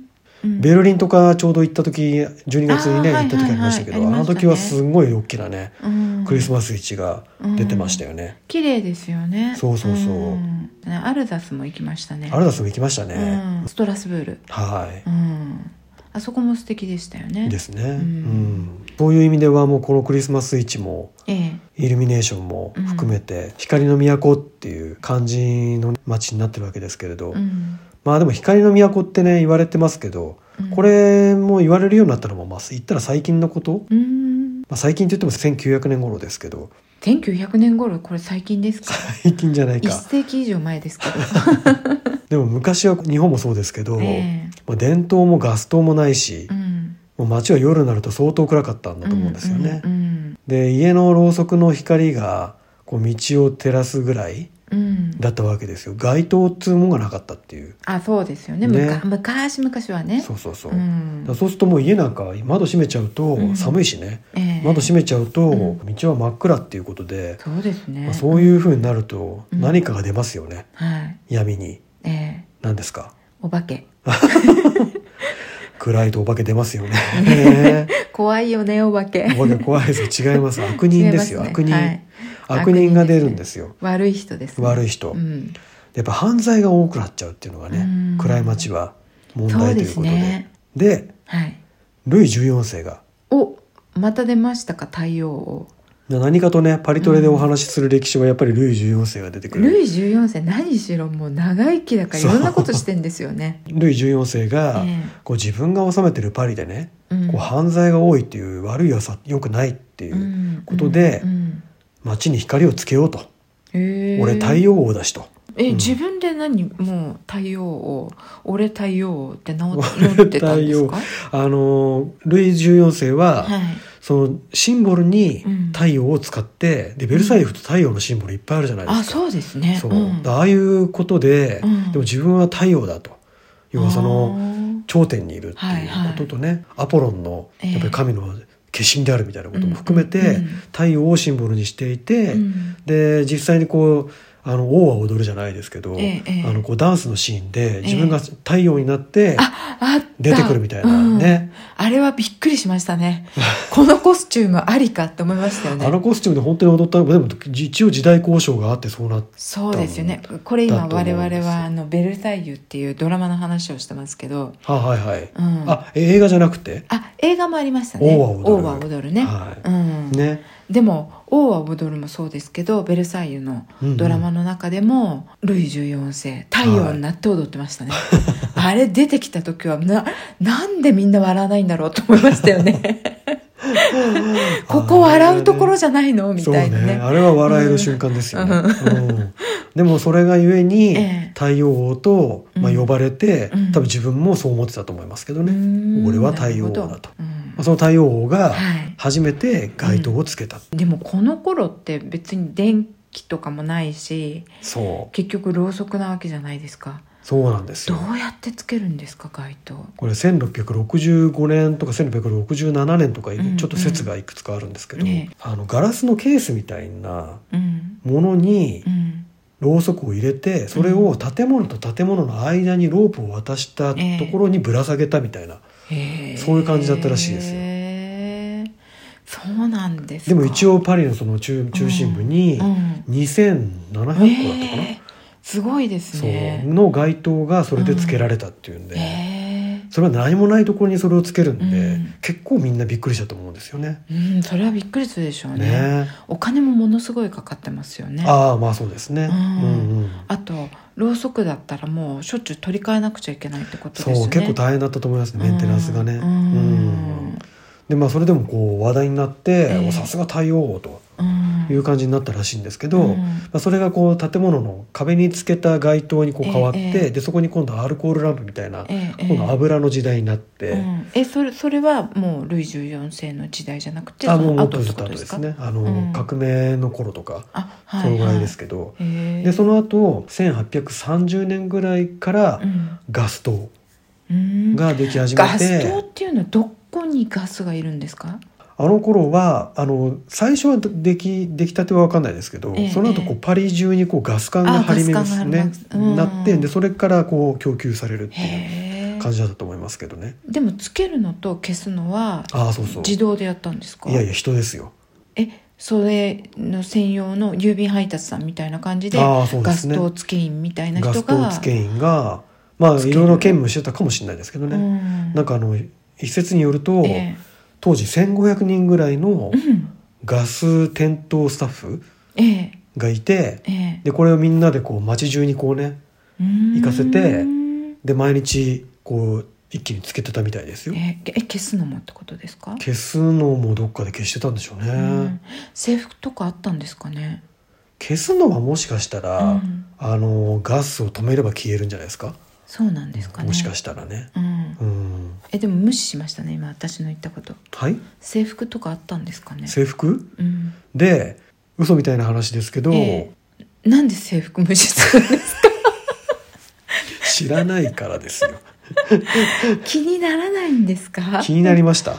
Speaker 2: ベルリンとかちょうど行った時12月にね
Speaker 1: あー
Speaker 2: 行った時ありましたけど、
Speaker 1: はいはいはい
Speaker 2: あの時
Speaker 1: あり
Speaker 2: は
Speaker 1: ましたね
Speaker 2: すごい大きなね、
Speaker 1: うん
Speaker 2: クリスマスイチが出てましたよね、
Speaker 1: 綺麗ですよね
Speaker 2: そうそうそうん
Speaker 1: アルザスも行きましたね
Speaker 2: アルザスも行きましたね、
Speaker 1: うんストラスブール、
Speaker 2: はい、
Speaker 1: うん、あそこも素敵でしたよね
Speaker 2: ですね、うんんそういう意味ではもうこのクリスマスイチも
Speaker 1: ええ
Speaker 2: イルミネーションも含めて、光の都っていう感じの街になってるわけですけれど、
Speaker 1: うん
Speaker 2: まあでも光の都ってね言われてますけど、
Speaker 1: うん
Speaker 2: これも言われるようになったのもまあ言ったら最近のこと、
Speaker 1: う
Speaker 2: ま
Speaker 1: ん
Speaker 2: あ、最近といっても1900年頃ですけど
Speaker 1: 1900年頃これ最近ですか
Speaker 2: 最近じゃない
Speaker 1: 一
Speaker 2: か
Speaker 1: 世紀以上前ですけ ど、
Speaker 2: でも昔は日本もそうですけど、
Speaker 1: え
Speaker 2: まあ、伝統もガス灯もないし
Speaker 1: え、うん、
Speaker 2: もう街は夜になると相当暗かったんだと思うんですよね、
Speaker 1: うんうん
Speaker 2: で家のろうそくの光がこう道を照らすぐらい
Speaker 1: うん
Speaker 2: だったわけですよ街灯っつうもんがなかったっていう
Speaker 1: あそうですよね
Speaker 2: ね
Speaker 1: むか昔昔はね
Speaker 2: そうそうそう、
Speaker 1: うん
Speaker 2: だからそうするともう家なんか窓閉めちゃう
Speaker 1: うん
Speaker 2: と寒いしね、
Speaker 1: ええ
Speaker 2: 窓閉めちゃうと
Speaker 1: うん
Speaker 2: 道は真っ暗っていうことで、
Speaker 1: そうですね、
Speaker 2: まあ、そういうふうになると
Speaker 1: うん
Speaker 2: 何かが出ますよね、
Speaker 1: はい
Speaker 2: 闇に
Speaker 1: ええ
Speaker 2: 何ですか
Speaker 1: お化け
Speaker 2: 暗いとお化け出ますよねね
Speaker 1: 怖いよねお化け
Speaker 2: お化け怖いです違います悪人ですよ
Speaker 1: 違いま
Speaker 2: 悪人、
Speaker 1: はい
Speaker 2: 悪人が出るんですよ
Speaker 1: 悪い人です、
Speaker 2: 悪い
Speaker 1: 人
Speaker 2: 人、
Speaker 1: うん、
Speaker 2: やっぱ犯罪が多くなっちゃうっていうのがね、
Speaker 1: うん
Speaker 2: 暗い街は問題という
Speaker 1: そ
Speaker 2: ことで
Speaker 1: うですね
Speaker 2: で
Speaker 1: はい
Speaker 2: ルイ14世が
Speaker 1: おまた出ましたか太陽王
Speaker 2: うで何かとねパリトレでお話しする歴史はやっぱりルイ14世が出てく
Speaker 1: ル
Speaker 2: る
Speaker 1: イ14世何しろもう長生きだからい
Speaker 2: そう
Speaker 1: ろんなことしてんですよ ね。
Speaker 2: ルイ14世が
Speaker 1: え
Speaker 2: こう自分が治めてるパリでね
Speaker 1: えうん
Speaker 2: こう犯罪が多いっていう悪い噂良くないっていううんことで
Speaker 1: うんうん
Speaker 2: 街に光をつけようと
Speaker 1: へえ
Speaker 2: 俺太陽王だしと
Speaker 1: え、
Speaker 2: うん
Speaker 1: 自分で何もう太陽王俺太陽王って名を呼んでたんですか
Speaker 2: あのールイ14世は
Speaker 1: はい
Speaker 2: そのシンボルに
Speaker 1: うん
Speaker 2: 太陽を使ってでベルサイユ行くと太陽のシンボルいっぱいあるじゃないで
Speaker 1: あ
Speaker 2: すか
Speaker 1: そうですね
Speaker 2: そう
Speaker 1: うん
Speaker 2: ああいうことで
Speaker 1: うん
Speaker 2: でも自分は太陽だと要はその
Speaker 1: あー
Speaker 2: 頂点にいるっていうこととね、アポロンの
Speaker 1: ええ
Speaker 2: やっぱり神の化身であるみたいなことも含めて、
Speaker 1: うんうんうん
Speaker 2: 太陽をシンボルにしていて、
Speaker 1: うん
Speaker 2: で実際にこうあの王は踊るじゃないですけど、
Speaker 1: ええええ
Speaker 2: あのこうダンスのシーンで自分が太陽になって
Speaker 1: ああった
Speaker 2: 出てくるみたいなね、
Speaker 1: うんあれはびっくりしました ねこのコスチュームありかって思いましたよね
Speaker 2: あのコスチュームで本当に踊ったのでも一応時代交渉があってそうなって
Speaker 1: そうですよねこれ今
Speaker 2: だと思うん
Speaker 1: 我
Speaker 2: です
Speaker 1: 々はあの「ベルサイユ」っていうドラマの話をしてますけど、
Speaker 2: あはいはい、
Speaker 1: うん、
Speaker 2: あえ映画じゃなくて
Speaker 1: あ映画もありましたね
Speaker 2: 王は踊る
Speaker 1: 王は踊るね、
Speaker 2: はい
Speaker 1: うん、
Speaker 2: ね
Speaker 1: でも「王は踊る」もそうですけど「ベルサイユ」のドラマの中でも、ルイ14世太陽になって踊ってま したね、あれ出てきた時はななんでみんな笑わないんだろうと思いましたよね ここ笑うところ
Speaker 2: じ
Speaker 1: じゃないのみたいな
Speaker 2: そうね
Speaker 1: ね
Speaker 2: あれは笑える瞬間ですよね、うんでもそれがゆえに、
Speaker 1: ええ
Speaker 2: 太陽王と、まあ、
Speaker 1: うん
Speaker 2: 呼ばれて、
Speaker 1: うん
Speaker 2: 多分自分もそう思ってたと思いますけど
Speaker 1: う
Speaker 2: ね、
Speaker 1: ん
Speaker 2: 俺は太陽王
Speaker 1: なるほ
Speaker 2: だ
Speaker 1: ど
Speaker 2: と、
Speaker 1: うん
Speaker 2: その太陽王
Speaker 1: は
Speaker 2: が
Speaker 1: い
Speaker 2: 初めて街灯をつけた、
Speaker 1: でもこの頃って別に電気とかもないし
Speaker 2: そう
Speaker 1: 結局ろうそくなわけじゃないですか
Speaker 2: そうなんです
Speaker 1: ど
Speaker 2: よ
Speaker 1: うやってつけるんですか街灯
Speaker 2: これ1665年とか1667年とか
Speaker 1: んうん
Speaker 2: ちょっと説がいくつかあるんですけど、
Speaker 1: ね
Speaker 2: あのガラスのケースみたいな
Speaker 1: うん
Speaker 2: ものに
Speaker 1: うん
Speaker 2: ろうそくを入れてそれを建物と建物の間にロープを渡したところにぶら下げたみたいな、
Speaker 1: へー
Speaker 2: そういう感じだったらしいですよ
Speaker 1: へーそうなんですか
Speaker 2: でも一応パリのその中中心部に
Speaker 1: うん
Speaker 2: 2700個だったかな、
Speaker 1: へーすごいです
Speaker 2: そう
Speaker 1: ね
Speaker 2: の街灯がそれでつけられたっていうんで、
Speaker 1: へ
Speaker 2: それは何もないところにそれをつけるんで、
Speaker 1: うん
Speaker 2: 結構みんなびっくりしたと思うんですよね。
Speaker 1: ーうんそれはびっくりするでしょうね
Speaker 2: ね
Speaker 1: お金もものすごいかかってますよね
Speaker 2: ああまあそうですね。う
Speaker 1: うんん
Speaker 2: うん
Speaker 1: あとろうそくだったらもうしょっちゅう取り替えなくちゃいけないってことです
Speaker 2: そう
Speaker 1: よね
Speaker 2: 結構大変だったと思いますねメンテナンスがね。
Speaker 1: うん
Speaker 2: うんでまあそれでもこう話題になって、
Speaker 1: ええ
Speaker 2: おさすが対応と
Speaker 1: うん
Speaker 2: いう感じになったらしいんですけど、
Speaker 1: うん
Speaker 2: まあ、それがこう建物の壁につけた街灯にこう変わって、
Speaker 1: ええ
Speaker 2: でそこに今度はアルコールランプみたいな、
Speaker 1: ええ
Speaker 2: 今度は油の時代になって。
Speaker 1: うんえそれそれはもうルイ14世の時代じゃなくて
Speaker 2: あ
Speaker 1: そ
Speaker 2: もう
Speaker 1: の
Speaker 2: もっと
Speaker 1: 後って
Speaker 2: ずっと
Speaker 1: こ
Speaker 2: 後
Speaker 1: と
Speaker 2: で
Speaker 1: です
Speaker 2: す
Speaker 1: か
Speaker 2: ねあの、
Speaker 1: うん
Speaker 2: 革命の頃とか
Speaker 1: あはい
Speaker 2: そのぐらいです
Speaker 1: け
Speaker 2: けど、
Speaker 1: ど、へえ
Speaker 2: でその後1830年ぐらいから
Speaker 1: うん
Speaker 2: ガス灯
Speaker 1: うん
Speaker 2: ができ始め
Speaker 1: ガ
Speaker 2: て、
Speaker 1: ス灯っていうのはどこにガスがいるんですか
Speaker 2: あの頃はあの最初はできできたては分かんないですけど、
Speaker 1: ええ
Speaker 2: その後こ
Speaker 1: え
Speaker 2: う
Speaker 1: え
Speaker 2: パリ中にこうガス管が
Speaker 1: あ
Speaker 2: 張り巡
Speaker 1: ガス
Speaker 2: すね
Speaker 1: 管が張り巡らすうん
Speaker 2: なってでそれからこう供給されるっていう
Speaker 1: へえ
Speaker 2: 感じだったと思いますけどね
Speaker 1: でもつけるのと消すのは
Speaker 2: ああそうそう
Speaker 1: 自動でやったんですか
Speaker 2: いやいや人ですよ
Speaker 1: えそれの専用の郵便配達さんみたいな感じで
Speaker 2: ああそうで
Speaker 1: ガ
Speaker 2: す
Speaker 1: ス
Speaker 2: ね
Speaker 1: 灯付け員みたいな
Speaker 2: ガ
Speaker 1: 人
Speaker 2: ス
Speaker 1: が
Speaker 2: 灯付け員がまあ
Speaker 1: つけ
Speaker 2: い
Speaker 1: る
Speaker 2: ろいろ兼務してたかもしれないですけどね、
Speaker 1: うん
Speaker 2: なんかあの一説によると、
Speaker 1: え
Speaker 2: 当時1500人ぐらいの
Speaker 1: えうん
Speaker 2: ガス点灯スタッフ
Speaker 1: ええ
Speaker 2: がいて
Speaker 1: ええ
Speaker 2: でこれをみんなでこう街中にこうね
Speaker 1: 行
Speaker 2: 行かせてで毎日こう一気につけてたみたいですよ
Speaker 1: えけえ消すのもってことですか、
Speaker 2: 消すのもどっかで消してたんでしょうね、
Speaker 1: うん制服とかあったんですかね
Speaker 2: 消すのはもしかしたら、
Speaker 1: うん
Speaker 2: あのガスを止めれば消えるんじゃないですか
Speaker 1: そうなんですかね
Speaker 2: もしか
Speaker 1: し
Speaker 2: したらね
Speaker 1: て、うん、
Speaker 2: うん
Speaker 1: えでも無視しましたね今私の言ったこと
Speaker 2: はい
Speaker 1: 制服とかあったんですかね
Speaker 2: 制服
Speaker 1: うん
Speaker 2: で嘘みたいな話ですけど、
Speaker 1: ええなんで制服無視するんですか
Speaker 2: 知らないからですよ
Speaker 1: 気にならないんですか
Speaker 2: 気になりました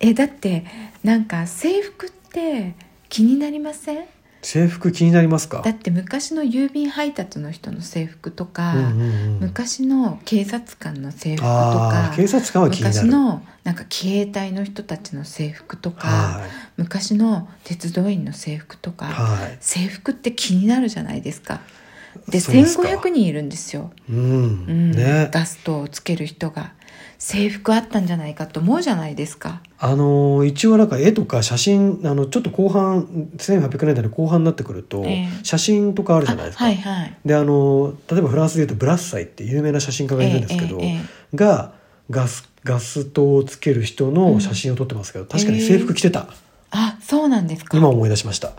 Speaker 1: えだってなんか制服って気になりません
Speaker 2: 制服気になりますか
Speaker 1: だって昔の郵便配達の人の制服とか、
Speaker 2: うんうんうん、
Speaker 1: 昔の警察官の制服とか
Speaker 2: あー警察官は気にな
Speaker 1: 昔
Speaker 2: る
Speaker 1: のなんか自衛隊の人たちの制服とか
Speaker 2: はい
Speaker 1: 昔の鉄道員の制服とか
Speaker 2: はい
Speaker 1: 制服って気になるじゃないですかで
Speaker 2: そうですか
Speaker 1: 1500人いるんですよ、
Speaker 2: うん、
Speaker 1: うん
Speaker 2: ね
Speaker 1: ガストをつける人が制服あったんじゃないかと思うじゃないですか
Speaker 2: あのー一応なんか絵とか写真あのちょっと後半1800年代の後半になってくると、
Speaker 1: ええ
Speaker 2: 写真とかあるじゃないですか。
Speaker 1: あはいはい
Speaker 2: であのー例えばフランスでいうとブラッサイって有名な写真家がいるんですけど、
Speaker 1: ええええ
Speaker 2: がガスガス灯をつける人の写真を撮ってますけど、確かに制服着てた、
Speaker 1: あそうなんですか
Speaker 2: 今思い出しました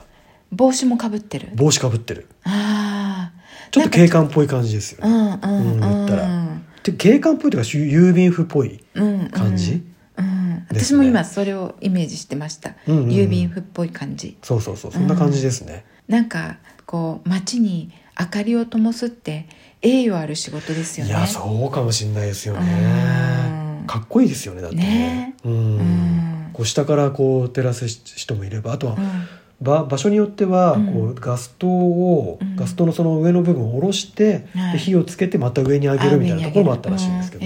Speaker 1: 帽子もかぶってる
Speaker 2: 帽子かぶってる
Speaker 1: ああ
Speaker 2: ちょっと警官っぽい感じですよ
Speaker 1: う
Speaker 2: ね。
Speaker 1: んうんうん
Speaker 2: うん言ったらで警官っぽいというか郵便風っぽい
Speaker 1: うんうん
Speaker 2: 感じ、
Speaker 1: うん、
Speaker 2: です
Speaker 1: 私
Speaker 2: ね
Speaker 1: も今それをイメージしてました、
Speaker 2: うんうんうん
Speaker 1: 郵便風っぽい感じ
Speaker 2: そうそうそうそんな感じですね、
Speaker 1: なんかこう街に明かりを灯すって栄誉ある仕事ですよ
Speaker 2: い
Speaker 1: ね
Speaker 2: やそうかもしれないですよね
Speaker 1: うん
Speaker 2: かっこいいですよねだってね
Speaker 1: ね
Speaker 2: うん
Speaker 1: うん
Speaker 2: こう下からこう照らす人もいればあとは、
Speaker 1: うん
Speaker 2: ば場所によっては
Speaker 1: う
Speaker 2: こ
Speaker 1: ん
Speaker 2: うガス灯を、
Speaker 1: うん
Speaker 2: ガス灯のその上の部分を下ろして、
Speaker 1: はい
Speaker 2: で火をつけてまた上に上げるみたいなところもあったらしいんですけど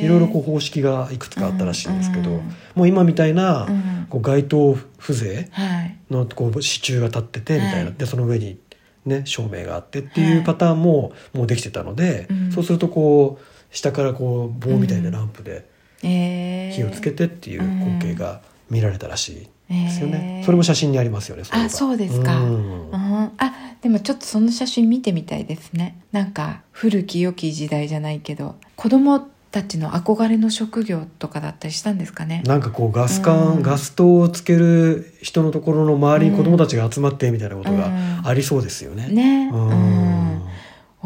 Speaker 1: ね
Speaker 2: いろいろこう方式がいくつかあったらしいんですけど、
Speaker 1: うん
Speaker 2: もう今みたいな、
Speaker 1: うん、うん
Speaker 2: こう街頭風情
Speaker 1: はい
Speaker 2: のこう支柱が立っててみたいな、
Speaker 1: はい
Speaker 2: でその上に、ね、照明があってってい
Speaker 1: は
Speaker 2: う
Speaker 1: い
Speaker 2: パターンももうできてたので、
Speaker 1: うん
Speaker 2: そうするとこう下からこう棒みたいなランプで
Speaker 1: えー、
Speaker 2: 火をつけてっていう光景が見られたらしいですよね、
Speaker 1: えー
Speaker 2: それも写真にありますよねれが
Speaker 1: あそうですか
Speaker 2: うん
Speaker 1: うん、あでもちょっとその写真見てみたいですねなんか古き良き時代じゃないけど子供たちの憧れの職業とかだったりしたんですかね
Speaker 2: なんかこうガス管、
Speaker 1: うん
Speaker 2: ガス灯をつける人のところの周りに子供たちが集まってみたいなことがありそうですよね。
Speaker 1: ね
Speaker 2: うん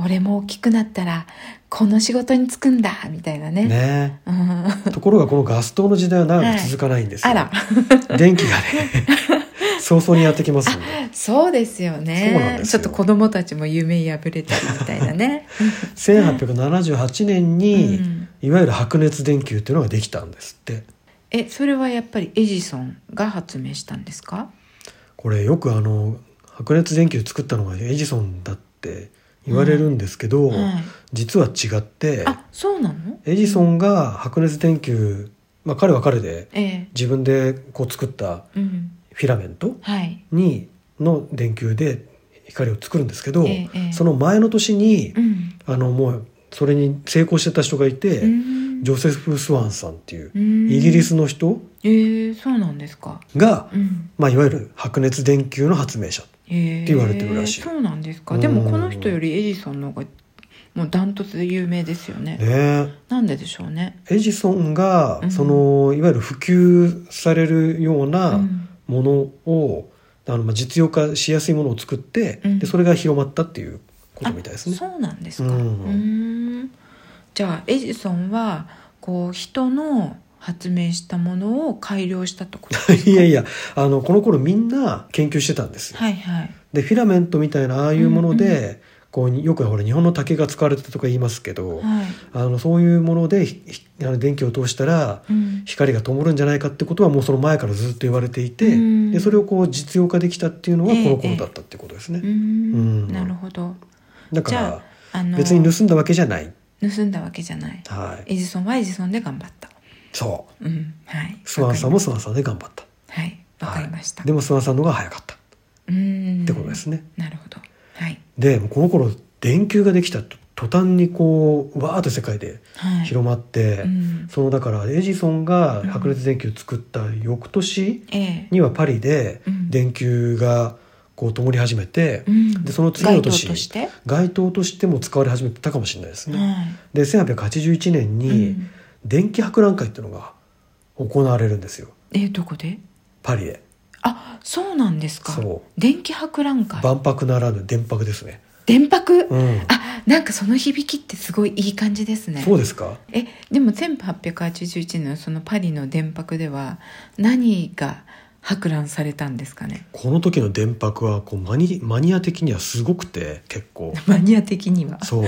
Speaker 1: 俺も大きくなったらこの仕事に就くんだみたいなね
Speaker 2: ね
Speaker 1: うん、
Speaker 2: ところがこのガス灯の時代は長く続かないんですよ、
Speaker 1: あら
Speaker 2: 電気がね早々にやってきますんで
Speaker 1: そうですよね
Speaker 2: そうなんです
Speaker 1: ち
Speaker 2: よ
Speaker 1: ょっと子供たちも夢破れたりみたいなね
Speaker 2: 1878年に、
Speaker 1: うん
Speaker 2: いわゆる白熱電球っていうのができたんですって
Speaker 1: えそれはやっぱりエジソンが発明したんですか
Speaker 2: これよくあの白熱電球作ったのがエジソンだって言われるんですけど、
Speaker 1: はい
Speaker 2: 実は違って
Speaker 1: あそうなの
Speaker 2: エジソンが白熱電球、まあ、彼は彼で
Speaker 1: え
Speaker 2: 自分でこう作った
Speaker 1: えうん
Speaker 2: フィラメント
Speaker 1: はい
Speaker 2: にの電球で光を作るんですけど、
Speaker 1: ええええ
Speaker 2: その前の年に
Speaker 1: うん
Speaker 2: あのもうそれに成功してた人がいて、
Speaker 1: うん
Speaker 2: ジョセフ・スワンさんっていうイ
Speaker 1: イ
Speaker 2: ギリスの人
Speaker 1: えー、そうなんですか、
Speaker 2: が、
Speaker 1: うん
Speaker 2: まあ、いわゆる白熱電球の発明者
Speaker 1: えー、
Speaker 2: って言われてるらしい
Speaker 1: そうなんです
Speaker 2: う
Speaker 1: か
Speaker 2: ん
Speaker 1: でもこの人よりエジソンの方がもうダントツで有名ですよね
Speaker 2: ね
Speaker 1: なんででしょうね
Speaker 2: エジソンが、
Speaker 1: うん
Speaker 2: そのいわゆる普及されるようなものを、あのまあ実用化しやすいものを作って、
Speaker 1: うん
Speaker 2: でそれが広まったっていうことみたいですね。
Speaker 1: あそうなんですか
Speaker 2: う
Speaker 1: うんんじゃあエジソンはこう人の発明したものを改良したとことですか
Speaker 2: いやいやあのこの頃みんな研究してたんですよ。
Speaker 1: はいはい
Speaker 2: でフィラメントみたいなああいうもので、
Speaker 1: うん
Speaker 2: こうよくほら日本の竹が使われてたとか言いますけど、
Speaker 1: はい、
Speaker 2: あのそういうものでひひあの電気を通したら
Speaker 1: うん、
Speaker 2: 光が灯るんじゃないかってことはもうその前からずっと言われていて、
Speaker 1: うん
Speaker 2: でそれをこう実用化できたっていうのは
Speaker 1: ええ
Speaker 2: この頃だったってことですね
Speaker 1: う、
Speaker 2: うん
Speaker 1: んなるほど
Speaker 2: だか
Speaker 1: じゃ
Speaker 2: ら
Speaker 1: ああの
Speaker 2: 別に盗んだわけじゃない、
Speaker 1: 盗んだわけじゃない
Speaker 2: はい、
Speaker 1: エジソンはエジソンで頑張った
Speaker 2: そう
Speaker 1: うんはい
Speaker 2: スワンさんも
Speaker 1: わか
Speaker 2: スワンさんで頑張った
Speaker 1: りはいわかりました、
Speaker 2: はいでもスワンさんの方が早かったっ
Speaker 1: うん
Speaker 2: てことですね、
Speaker 1: なるほどはい
Speaker 2: でもうこの頃電球ができたと途端にこうわーっと世界で
Speaker 1: はい
Speaker 2: 広まって、
Speaker 1: うん
Speaker 2: そのだからエジソンが白熱電球を作った翌年
Speaker 1: ええ
Speaker 2: にはパリで
Speaker 1: うん
Speaker 2: 電球がこう灯り始めて、
Speaker 1: うん
Speaker 2: でその次の年
Speaker 1: 街灯として
Speaker 2: 街灯としても使われ始めてたかもしれないですね。
Speaker 1: は
Speaker 2: で1881年
Speaker 1: い
Speaker 2: に
Speaker 1: うん
Speaker 2: 電気博覧会っていうのが行われるんですよ
Speaker 1: えどこで
Speaker 2: パリで
Speaker 1: あそうなんですか
Speaker 2: そ
Speaker 1: 電気博覧会
Speaker 2: 万博ならぬ電博ですね。
Speaker 1: 電博、
Speaker 2: うん、
Speaker 1: あなんかその響きってすごいいい感じですね
Speaker 2: そうですか
Speaker 1: えでも1881年のそのパリの電博では何が博覧されたんですかね
Speaker 2: この時の電博はこうマニマニア的にはすごくて結構
Speaker 1: マニア的には
Speaker 2: そう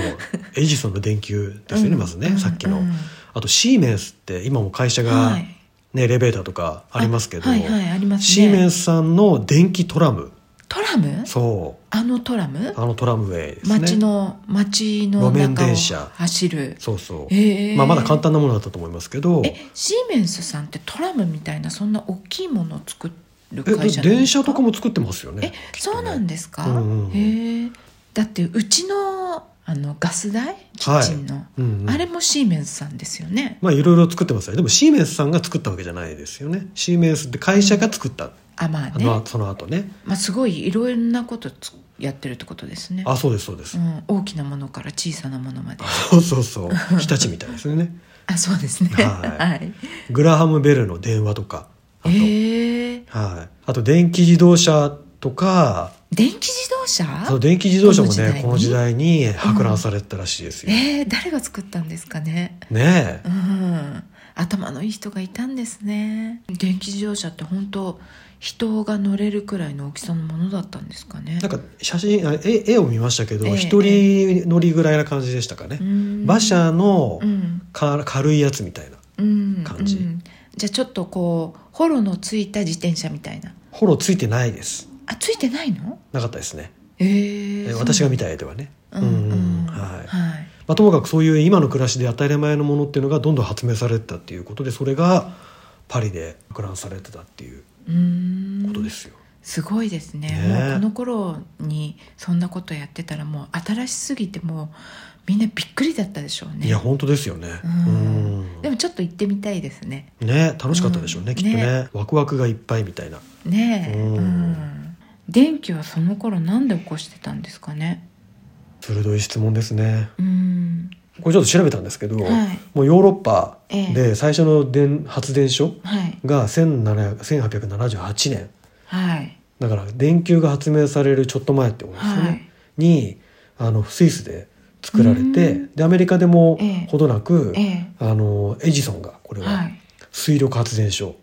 Speaker 2: エジソンの電球ですよねまずね、
Speaker 1: うん
Speaker 2: さっきの、
Speaker 1: うん
Speaker 2: あとシーメンスって今も会社が、
Speaker 1: はい
Speaker 2: ねエレベーターとかありますけど、
Speaker 1: はいはいありますね
Speaker 2: シーメンスさんの電気トラム
Speaker 1: トラム
Speaker 2: そ
Speaker 1: あのトラム
Speaker 2: うあのトラムウェイですね
Speaker 1: 街の街の
Speaker 2: 路面
Speaker 1: 中を
Speaker 2: 電車
Speaker 1: 走る
Speaker 2: そうそう、
Speaker 1: へー
Speaker 2: まあ、まだ簡単なものだったと思いますけど
Speaker 1: えシーメンスさんってトラムみたいなそんな大きいものを作る
Speaker 2: え
Speaker 1: 会社なんですか
Speaker 2: 電車とかも作ってますよね
Speaker 1: えそうなんですか、
Speaker 2: うんうんうん
Speaker 1: へえだってうちのあのガス台キッチンの、
Speaker 2: うんうん
Speaker 1: あれもシーメンズさんですよね
Speaker 2: まあいろいろ作ってますよでもシーメンスさんが作ったわけじゃないですよねシーメンスって会社が作った、
Speaker 1: あまあ
Speaker 2: あ
Speaker 1: ね
Speaker 2: のその後ね
Speaker 1: まあ、すごいいろんなことつやってるってことですね
Speaker 2: あそうですそうです、
Speaker 1: うん、大きなものから小さなものまで
Speaker 2: そうそうそう日立みたいですよね
Speaker 1: あそうですね
Speaker 2: はい
Speaker 1: はい、
Speaker 2: グラハム・ベルの電話とかあと、
Speaker 1: ええ
Speaker 2: はい、あと電気自動車とか
Speaker 1: 電気自動車
Speaker 2: その電気自動車もねこ
Speaker 1: こ
Speaker 2: の
Speaker 1: の
Speaker 2: 時
Speaker 1: 時
Speaker 2: 代に博覧されてたらしいですよ、
Speaker 1: ええ誰が作ったんですかね
Speaker 2: ねえ
Speaker 1: うん頭のいい人がいたんですね電気自動車って本当人が乗れるくらいの大きさのものだったんですかね
Speaker 2: なんか写真あ絵絵を見ましたけど
Speaker 1: ええ
Speaker 2: 一、人乗りぐらいな感じでしたかね、
Speaker 1: うん
Speaker 2: 馬車の
Speaker 1: うん
Speaker 2: か軽いやつみたいな
Speaker 1: うん
Speaker 2: 感じ
Speaker 1: うんじゃあちょっとこうホロのついた自転車みたいな
Speaker 2: ホロついてないです
Speaker 1: あついてないの
Speaker 2: なかったですね、
Speaker 1: ええ
Speaker 2: え私が見た絵ではね
Speaker 1: う
Speaker 2: うん
Speaker 1: んう
Speaker 2: う
Speaker 1: んん
Speaker 2: はい
Speaker 1: はい
Speaker 2: まあ、ともかくそういう今の暮らしで当たり前のものっていうのがどんどん発明されてたっていうことでそれがパリで博覧されてたっていう
Speaker 1: うーん
Speaker 2: ことですよ、
Speaker 1: すごいですねも
Speaker 2: ね
Speaker 1: うこの頃にそんなことやってたらもう新しすぎてもうみんなびっくりだったでしょうね
Speaker 2: いや本当ですよねう
Speaker 1: うん
Speaker 2: ん
Speaker 1: でもちょっと行ってみたいですね
Speaker 2: ね楽しかったでしょう
Speaker 1: う
Speaker 2: ね、
Speaker 1: ん
Speaker 2: きっとね
Speaker 1: ね
Speaker 2: ワクワクがいっぱいみたいな
Speaker 1: ねえ
Speaker 2: うん
Speaker 1: うん電気はその頃なんで起こしてたんですかね
Speaker 2: 鋭い質問ですね
Speaker 1: うん
Speaker 2: これちょっと調べたんですけど、
Speaker 1: はい
Speaker 2: もうヨーロッパ
Speaker 1: ええ
Speaker 2: で最初の電発電所
Speaker 1: はい
Speaker 2: が1700 1878年
Speaker 1: はい
Speaker 2: だから電球が発明されるちょっと前ってことですよね、
Speaker 1: はい
Speaker 2: にあのスイスで作られ
Speaker 1: う
Speaker 2: て
Speaker 1: ん
Speaker 2: でアメリカでも
Speaker 1: ええ
Speaker 2: ほどなく、
Speaker 1: ええ
Speaker 2: あのエジソンがこれ
Speaker 1: は
Speaker 2: はい水力発電
Speaker 1: う
Speaker 2: 所、
Speaker 1: ん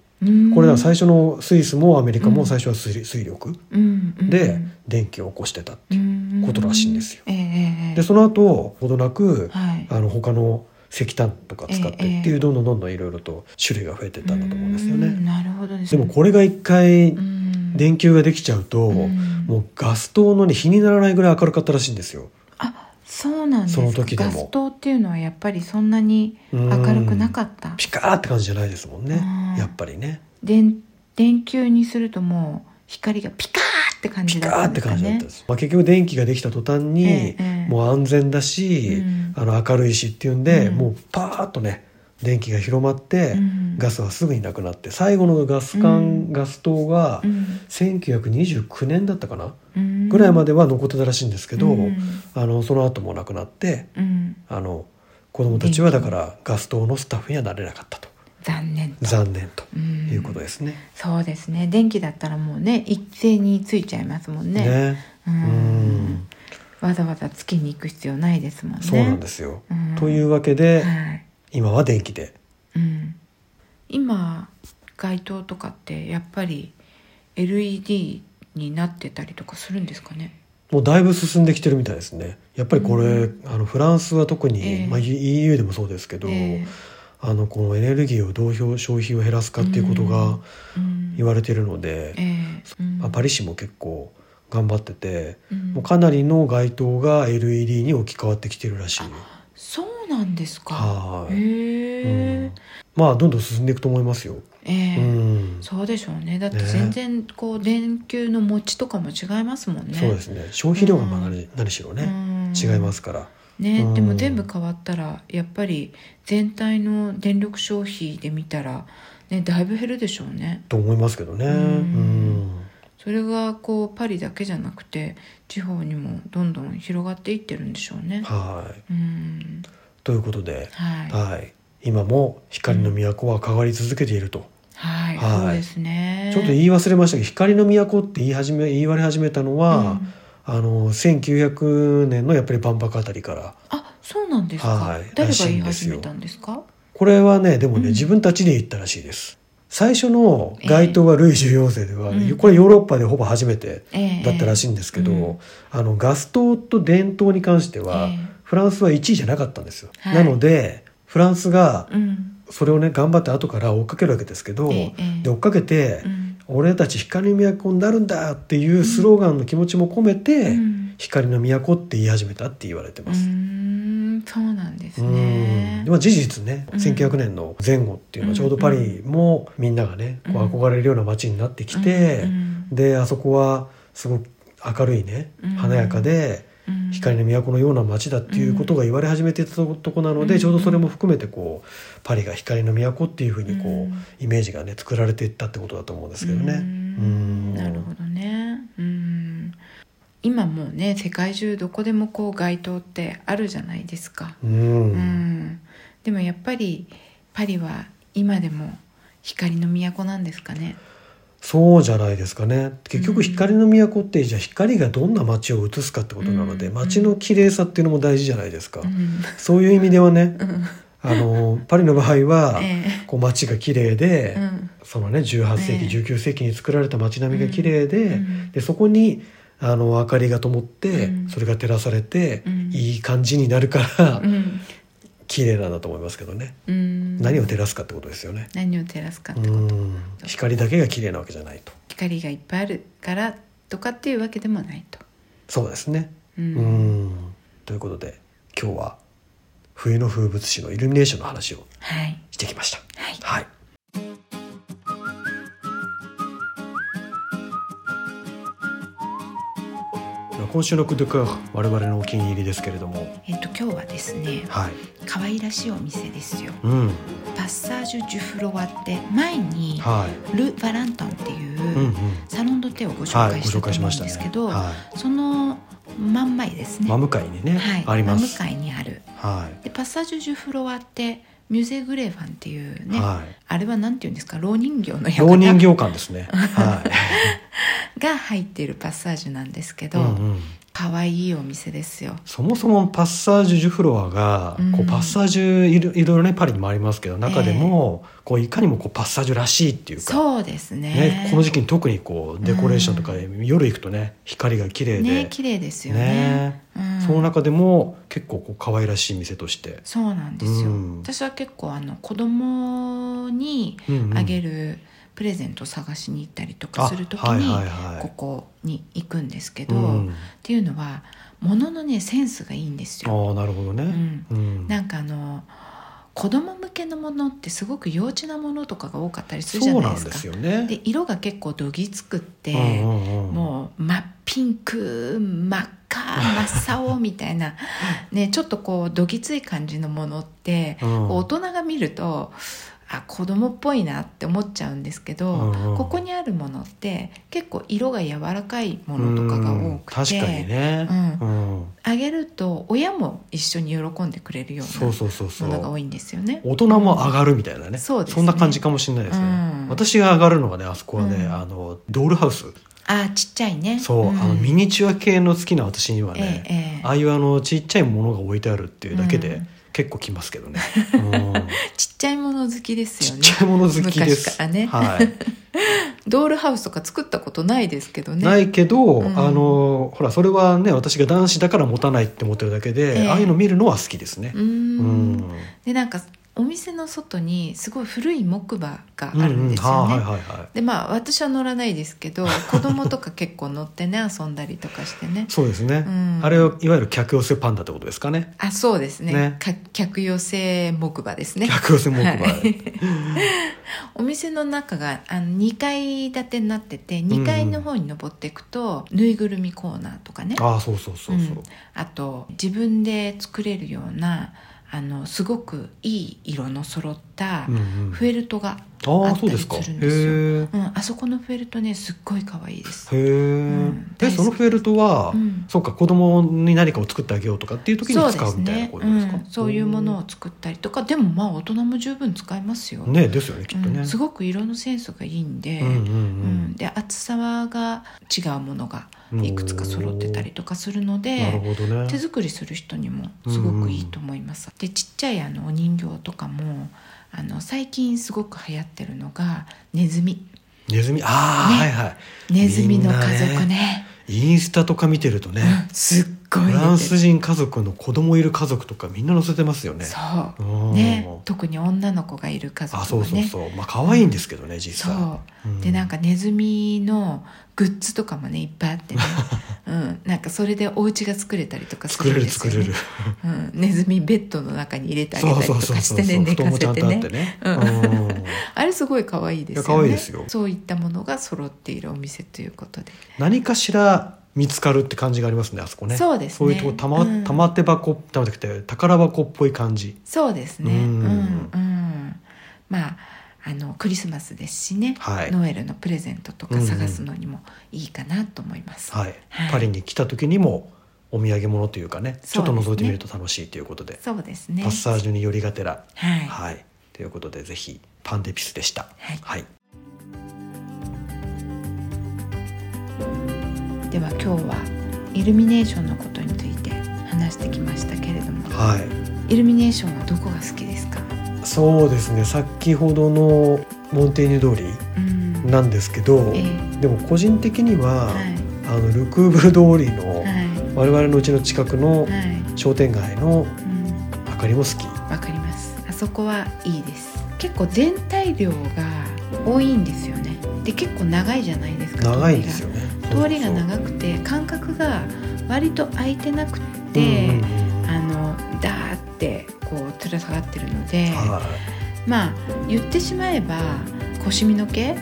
Speaker 2: これは最初のスイスもアメリカ
Speaker 1: う
Speaker 2: も
Speaker 1: ん
Speaker 2: 最初は水,、水力
Speaker 1: うんうん
Speaker 2: で電気を起こしてた、
Speaker 1: うん
Speaker 2: ことらしいんですよ
Speaker 1: ええええええ
Speaker 2: でその後ほどなく、
Speaker 1: はい
Speaker 2: あの他の石炭とか使ってって
Speaker 1: ええ
Speaker 2: いうどんどんどんどんいろいろと種類が増えてったんだと思うんですよね。
Speaker 1: うんなるほどです
Speaker 2: で
Speaker 1: ね
Speaker 2: もこれが一回
Speaker 1: うん
Speaker 2: 電球ができちゃうと、
Speaker 1: ん
Speaker 2: もうガス灯のね日にならないぐらい明るかったらしいんですよ。
Speaker 1: あそうなんですか
Speaker 2: その時でも
Speaker 1: ガス灯っていうのはやっぱりそんなに明るくなかった
Speaker 2: ピカーって感じじゃないですもんね
Speaker 1: うん
Speaker 2: やっぱりね
Speaker 1: 電電球にするともう光がピカーって感
Speaker 2: ピ
Speaker 1: じだっ
Speaker 2: カー
Speaker 1: た
Speaker 2: っ
Speaker 1: んで
Speaker 2: て
Speaker 1: すか
Speaker 2: 感じだった
Speaker 1: ね
Speaker 2: んです、まあ、結局電気ができた途端に、
Speaker 1: ええええ
Speaker 2: もう安全だし、
Speaker 1: うん
Speaker 2: あの明るいしっていうんで、
Speaker 1: うん
Speaker 2: もうパーッとね電気が広まって、
Speaker 1: うん
Speaker 2: ガスはすぐになくなって最後のガス管、
Speaker 1: うん
Speaker 2: ガス灯が
Speaker 1: うん
Speaker 2: 1929年だったかな、
Speaker 1: うん
Speaker 2: ぐらいまでは残ってたらしいんですけど、
Speaker 1: うん
Speaker 2: あのその後もなくなって
Speaker 1: うん
Speaker 2: あの子供たちはだからガス灯のスタッフにはなれなかったと
Speaker 1: 残念と
Speaker 2: 残念と
Speaker 1: うん
Speaker 2: いうことですね。
Speaker 1: そうですね電気だったらもうね一斉についちゃいますもんね
Speaker 2: ね
Speaker 1: うん
Speaker 2: うん
Speaker 1: わざわざ月に行く必要ないですもんね、
Speaker 2: そうなんですすよ。
Speaker 1: うん
Speaker 2: というわけで、
Speaker 1: はい
Speaker 2: 今は電気で
Speaker 1: うん、今街灯とかってやっぱり LED になってたりとかするんですかね
Speaker 2: もうだいぶ進んできてるみたいですね。やっぱりこれ、
Speaker 1: う
Speaker 2: あのフランスは特に、
Speaker 1: ええ
Speaker 2: まあ、EU でもそうですけど、
Speaker 1: ええ
Speaker 2: あのこのエネルギーをどう表消費を減らすかっていうことが
Speaker 1: うん
Speaker 2: 言われてるので、
Speaker 1: ええうん
Speaker 2: まあ、パリ市も結構頑張ってて、
Speaker 1: うん
Speaker 2: もうかなりの街灯が LED に置き換わってきてるらしい。
Speaker 1: そうなんですか
Speaker 2: はい
Speaker 1: へ
Speaker 2: う
Speaker 1: え
Speaker 2: んまあどんどん進んでいくと思いますよ。
Speaker 1: ええ
Speaker 2: うん、
Speaker 1: そうでしょうねだって
Speaker 2: ね
Speaker 1: 全然こう電球の持ちとかも違いますもんね
Speaker 2: そうですね。消費量がまあ何何しろね、
Speaker 1: うん
Speaker 2: 違いますから。
Speaker 1: ね、
Speaker 2: うん
Speaker 1: でも全部変わったらやっぱり全体の電力消費で見たら、ね、だいぶ減るでしょうね
Speaker 2: と思いますけどね。
Speaker 1: うん
Speaker 2: うん
Speaker 1: それがこうパリだけじゃなくて地方にもどんどん広がっていってるんでしょうね。
Speaker 2: はい。
Speaker 1: うん
Speaker 2: ということで、
Speaker 1: はい、はい
Speaker 2: はい。今も光の都は変わり続けていると。はい
Speaker 1: そうですね。
Speaker 2: ちょっと言い忘れましたけど、光の都って言い始め言い割れ始めたのは、
Speaker 1: うん
Speaker 2: あの1900年のやっぱり万博あたりから。
Speaker 1: あそうなんですか、
Speaker 2: はい
Speaker 1: 誰が言い
Speaker 2: らし
Speaker 1: 始
Speaker 2: いんですよ
Speaker 1: めたんですか
Speaker 2: これはねでもね、
Speaker 1: うん
Speaker 2: 自分たちで言ったらしいです。最初の街頭はルイ14世では、
Speaker 1: うん
Speaker 2: これヨーロッパでほぼ初めて
Speaker 1: ええ
Speaker 2: だったらしいんですけど、
Speaker 1: うん
Speaker 2: あのガス灯と電灯に関しては、
Speaker 1: ええ
Speaker 2: フランスは1位じゃなかったんですよ。
Speaker 1: はい
Speaker 2: なのでフランスが
Speaker 1: うん
Speaker 2: それをね頑張って後から追っかけるわけですけど、
Speaker 1: ええ
Speaker 2: で追っかけて、
Speaker 1: うん
Speaker 2: 俺たち光の都になるんだっていうスローガンの気持ちも込めて、
Speaker 1: うん
Speaker 2: 光の都って言い始めたって言われて
Speaker 1: う
Speaker 2: ます。
Speaker 1: ーんそうなんです
Speaker 2: うん
Speaker 1: ね
Speaker 2: で。も事実ね、
Speaker 1: うん
Speaker 2: 1900年の前後っていうのはちょうどパリもみんながね、こう憧れるような街になってきて、
Speaker 1: うん
Speaker 2: であそこはすごく明るいね
Speaker 1: うん
Speaker 2: 華やかで、
Speaker 1: うんうん
Speaker 2: 光の都のような街だっていうことが言われ始めてたとこなので、
Speaker 1: うん
Speaker 2: ちょうどそれも含めてこうパリが光の都っていうふうにこう、
Speaker 1: うん
Speaker 2: イメージがね作られていったってことだと思うんですけどね。
Speaker 1: うー
Speaker 2: う
Speaker 1: ん
Speaker 2: ん
Speaker 1: なるほどねうん今もうね世界中どこでもこう街灯ってあるじゃないですか、
Speaker 2: う
Speaker 1: うんん、でもやっぱりパリは今でも光の都なんですかね
Speaker 2: そうじゃないですかね結
Speaker 1: う
Speaker 2: 局
Speaker 1: ん
Speaker 2: 光の都ってじゃあ光がどんな街を映すかってことなので、
Speaker 1: うん
Speaker 2: 街の綺麗さっていうのも大事じゃないですか、
Speaker 1: うん
Speaker 2: そういう意味ではね
Speaker 1: うん
Speaker 2: あのパリの場合 は、
Speaker 1: え
Speaker 2: こう街が綺麗
Speaker 1: え
Speaker 2: で、
Speaker 1: うん
Speaker 2: そのね18世紀、
Speaker 1: ええ
Speaker 2: 19世紀に作られた街並みが綺麗で、
Speaker 1: うん
Speaker 2: でそこにあの明かりが灯って、
Speaker 1: うん
Speaker 2: それが照らされて、
Speaker 1: うん
Speaker 2: いい感じになるから、
Speaker 1: うん
Speaker 2: 綺麗なんだと思いますけどね、
Speaker 1: うん
Speaker 2: 何を照らすかってことですよね。
Speaker 1: 何を照らすかって
Speaker 2: うん光だけが綺麗なわけじゃないと
Speaker 1: 光がいっぱいあるからとかっていうわけでもないと、
Speaker 2: そうですね
Speaker 1: う
Speaker 2: うんということで今日は冬の風物詩のイルミネーションの話を
Speaker 1: はい
Speaker 2: してきました
Speaker 1: はい
Speaker 2: はい今週のクドゥク我々のお気に入りですけれども
Speaker 1: えっと今日はですね
Speaker 2: はい
Speaker 1: 可愛らしいお店ですよ
Speaker 2: うん
Speaker 1: パッサージュ・ジュフロワって前に
Speaker 2: はい
Speaker 1: ル・バランタンっていう、
Speaker 2: うんうん
Speaker 1: サロンドテをご紹
Speaker 2: はい
Speaker 1: 介
Speaker 2: ご
Speaker 1: した
Speaker 2: 紹
Speaker 1: と思う
Speaker 2: 介しま
Speaker 1: ん
Speaker 2: した
Speaker 1: ですけ
Speaker 2: ね
Speaker 1: ど、
Speaker 2: は
Speaker 1: その真ん前です
Speaker 2: い
Speaker 1: ね、
Speaker 2: 真向かいにね
Speaker 1: はい、
Speaker 2: ありま
Speaker 1: 真
Speaker 2: す
Speaker 1: 向かいにある
Speaker 2: は
Speaker 1: でパッサージュ・ジュフロワってミュゼ・グレーファンっていう
Speaker 2: い
Speaker 1: ね、
Speaker 2: はい
Speaker 1: あれはなんていうんですか老人形の
Speaker 2: 老人
Speaker 1: 館
Speaker 2: 形館で すね。はい。
Speaker 1: が入っているパッサージュなんですけど
Speaker 2: うんうん
Speaker 1: 可愛、いいお店ですよ
Speaker 2: そもそもパッサージュ・ジュフロワが、
Speaker 1: うん
Speaker 2: こうパッサージュいろいろいろねパリにもありますけど中でも、こういかにもこうパッサージュらしいっていうか、
Speaker 1: そうですね
Speaker 2: ね、この時期に特にこうデコレーションとか、夜行くとね光が綺麗で、
Speaker 1: ね綺麗ですよね
Speaker 2: ね
Speaker 1: うん、
Speaker 2: その中でも結構こう可愛らしい店として、
Speaker 1: そうなんですよ、
Speaker 2: うん
Speaker 1: 私は結構あの子供に
Speaker 2: うんうん
Speaker 1: あげるプレゼント探しに行ったりとか
Speaker 2: あ
Speaker 1: する時
Speaker 2: はいはい
Speaker 1: に
Speaker 2: はい
Speaker 1: ここに行くんですけ
Speaker 2: う
Speaker 1: ど、
Speaker 2: ん
Speaker 1: っ、ていうのは物のねセンスがいいんですよ。
Speaker 2: ああなるほど
Speaker 1: う
Speaker 2: ね。
Speaker 1: ん、
Speaker 2: うん
Speaker 1: なんかあの子供向けのものってすごく幼稚なものとかが多かったりするじゃ
Speaker 2: そう
Speaker 1: な
Speaker 2: な
Speaker 1: で
Speaker 2: い
Speaker 1: す
Speaker 2: んで
Speaker 1: か。
Speaker 2: すよね。
Speaker 1: で色が結構どぎつくって、
Speaker 2: うんうんうん
Speaker 1: もう真っピンク真っ赤真っ青みたいな、ね、ちょっとこうどぎつい感じのものって、
Speaker 2: うん
Speaker 1: こう大人が見るとあ子供っぽいなって思っちゃうんですけど、
Speaker 2: うんうん
Speaker 1: ここにあるものって結構色が柔らかいものとかが多くて、
Speaker 2: うん確かにね、うん
Speaker 1: あげると親も一緒に喜んでくれるよう
Speaker 2: そうそうそうそ
Speaker 1: なものが多
Speaker 2: う
Speaker 1: いんですよね。
Speaker 2: 大人も上がるみたいなね
Speaker 1: そうですね
Speaker 2: んな感じかもしれないですね、
Speaker 1: うん
Speaker 2: 私が上がるのがねあそこはね、
Speaker 1: うん
Speaker 2: あのドールハウス
Speaker 1: あーちっちゃいね
Speaker 2: そう、
Speaker 1: ん
Speaker 2: あのミニチュア系の好きな私には
Speaker 1: ええ
Speaker 2: ね、
Speaker 1: ええ
Speaker 2: ああいうあのちっちゃいものが置いてあるっていうだけで、
Speaker 1: うん
Speaker 2: 結構きますけ どね、うん
Speaker 1: ちっちゃいもの好きです
Speaker 2: ち
Speaker 1: よ
Speaker 2: っ
Speaker 1: ね
Speaker 2: ちゃいもの好きです
Speaker 1: 昔からね
Speaker 2: はい、
Speaker 1: ドールハウスとか作ったことないですけどね
Speaker 2: ないけど、
Speaker 1: うん
Speaker 2: あのほらそれはね私が男子だから持たないって思ってるだけで、
Speaker 1: ええ
Speaker 2: ああいうの見るのは好きですね
Speaker 1: う、ーん
Speaker 2: うん
Speaker 1: でなんかお店の外にすごい古い木馬が
Speaker 2: うん
Speaker 1: あるんですよね、
Speaker 2: はいはいはい
Speaker 1: でまあ私は乗らないです けど子供とか結構乗ってね遊んだりとかして ね
Speaker 2: そうですね、
Speaker 1: うん
Speaker 2: あれをいわゆる客寄せパンダってことですかね
Speaker 1: あそうですね
Speaker 2: ね
Speaker 1: か客寄せ木馬ですね
Speaker 2: 客寄せ木馬、
Speaker 1: はいお店の中があの2階建てになってて2階の方に登っていくと、ぬいぐるみコーナーとかね
Speaker 2: ああそうそうそうそう、
Speaker 1: うんあと自分で作れるようなあのすごくいい色の揃った
Speaker 2: うんうん
Speaker 1: フェルトが、
Speaker 2: あ
Speaker 1: あ
Speaker 2: あ
Speaker 1: った
Speaker 2: そうで
Speaker 1: り
Speaker 2: すかへ
Speaker 1: するんですよ
Speaker 2: え
Speaker 1: うんあそこのフェルトねすっごい可愛いです。
Speaker 2: へ
Speaker 1: ん
Speaker 2: え、でそのフェルトは、
Speaker 1: うん
Speaker 2: そうか子供に何かを作ってあげようとかっていう時
Speaker 1: そ
Speaker 2: に
Speaker 1: うで
Speaker 2: 使う
Speaker 1: す
Speaker 2: みたいな
Speaker 1: ね、
Speaker 2: こと
Speaker 1: う
Speaker 2: ですか
Speaker 1: ん、そういうものを作ったりとかでもまあ大人も十分使えますよ、
Speaker 2: ねですよねきっとね、
Speaker 1: うんすごく色のセンスがいいんで、
Speaker 2: うんう
Speaker 1: う
Speaker 2: んうん
Speaker 1: んで厚さが違うものがいくつか揃ってたりとかするの
Speaker 2: なる
Speaker 1: で
Speaker 2: ほどね
Speaker 1: 手作りする人にもすごくいいと思います、でちっちゃいあのお人形とかもあの最近すごく流行ってるのがネズミ
Speaker 2: ネズミああ、
Speaker 1: ね
Speaker 2: はいは
Speaker 1: ネズミの家
Speaker 2: みんな
Speaker 1: 族ね
Speaker 2: いインスタとか見てるとね、
Speaker 1: うんすっごい出
Speaker 2: フ
Speaker 1: てる
Speaker 2: ランス人家族の子供いる家族とかみんな載せてますよね
Speaker 1: そう、
Speaker 2: うん
Speaker 1: ね特に女の子がいる家
Speaker 2: あ
Speaker 1: 族
Speaker 2: そう
Speaker 1: は
Speaker 2: そう
Speaker 1: ね
Speaker 2: そう、まあ可愛いんですけどね実際
Speaker 1: そう
Speaker 2: うん
Speaker 1: でなんかネズミのグッズとかもねいっぱいあっ てね、うん、なんかそれでお家が作れたりとかす
Speaker 2: 作
Speaker 1: るん
Speaker 2: れ
Speaker 1: で
Speaker 2: る
Speaker 1: す
Speaker 2: 作
Speaker 1: よ、ね、
Speaker 2: れる
Speaker 1: うん、ネズミベッドの中に入れてあげ
Speaker 2: そ
Speaker 1: た
Speaker 2: う
Speaker 1: りと
Speaker 2: そ
Speaker 1: か
Speaker 2: うそう
Speaker 1: し
Speaker 2: そう
Speaker 1: てね寝
Speaker 2: 布団
Speaker 1: か
Speaker 2: も
Speaker 1: せ
Speaker 2: ちゃん
Speaker 1: て
Speaker 2: とあっ
Speaker 1: ね
Speaker 2: てね
Speaker 1: うん
Speaker 2: うん
Speaker 1: あれすごい可愛いですよね
Speaker 2: いや可愛いですよ
Speaker 1: そういったものが揃っているお店ということで
Speaker 2: 何かしら見つかるって感じがありますねあそこね
Speaker 1: そうですね
Speaker 2: そういうとこたま,、
Speaker 1: うん
Speaker 2: たま手箱たま手箱って宝箱っぽい感じ
Speaker 1: そうですね
Speaker 2: う
Speaker 1: うんんうんまああのクリスマスですしね、
Speaker 2: はい
Speaker 1: ノエルのプレゼントと
Speaker 2: う
Speaker 1: か
Speaker 2: んうん
Speaker 1: 探すのにもいいかなと思います、
Speaker 2: はい、
Speaker 1: はい
Speaker 2: パリに来た時にもお土産物というかねちょっと
Speaker 1: そうですね
Speaker 2: 覗いてみると楽しいということで
Speaker 1: そうですね
Speaker 2: パッサージュに寄りがてら
Speaker 1: はい、
Speaker 2: はいということでぜひパンデピスでした
Speaker 1: はい
Speaker 2: はい
Speaker 1: では今日はイルミネーションのことについて話してきましたけれども
Speaker 2: はい
Speaker 1: イルミネーションはどこが好きですか
Speaker 2: そうですね先ほどのモンテーニュ通り
Speaker 1: うん
Speaker 2: なんですけど、
Speaker 1: ええ
Speaker 2: でも個人的には、
Speaker 1: はい
Speaker 2: あのルクーブル通りの
Speaker 1: は
Speaker 2: 我々のうちの近くの
Speaker 1: いはい
Speaker 2: 商店街の
Speaker 1: うん
Speaker 2: 明かりも好き
Speaker 1: わかりますあそこはいいです結構全体量が多いんですよねで結構長いじゃないですか
Speaker 2: 長いんですよね
Speaker 1: 通りが通りが
Speaker 2: く
Speaker 1: 長くて間隔が割と空いてなくて、あのダーってこう連れ下がってるので、
Speaker 2: はい
Speaker 1: まあ言ってしまえば腰身の毛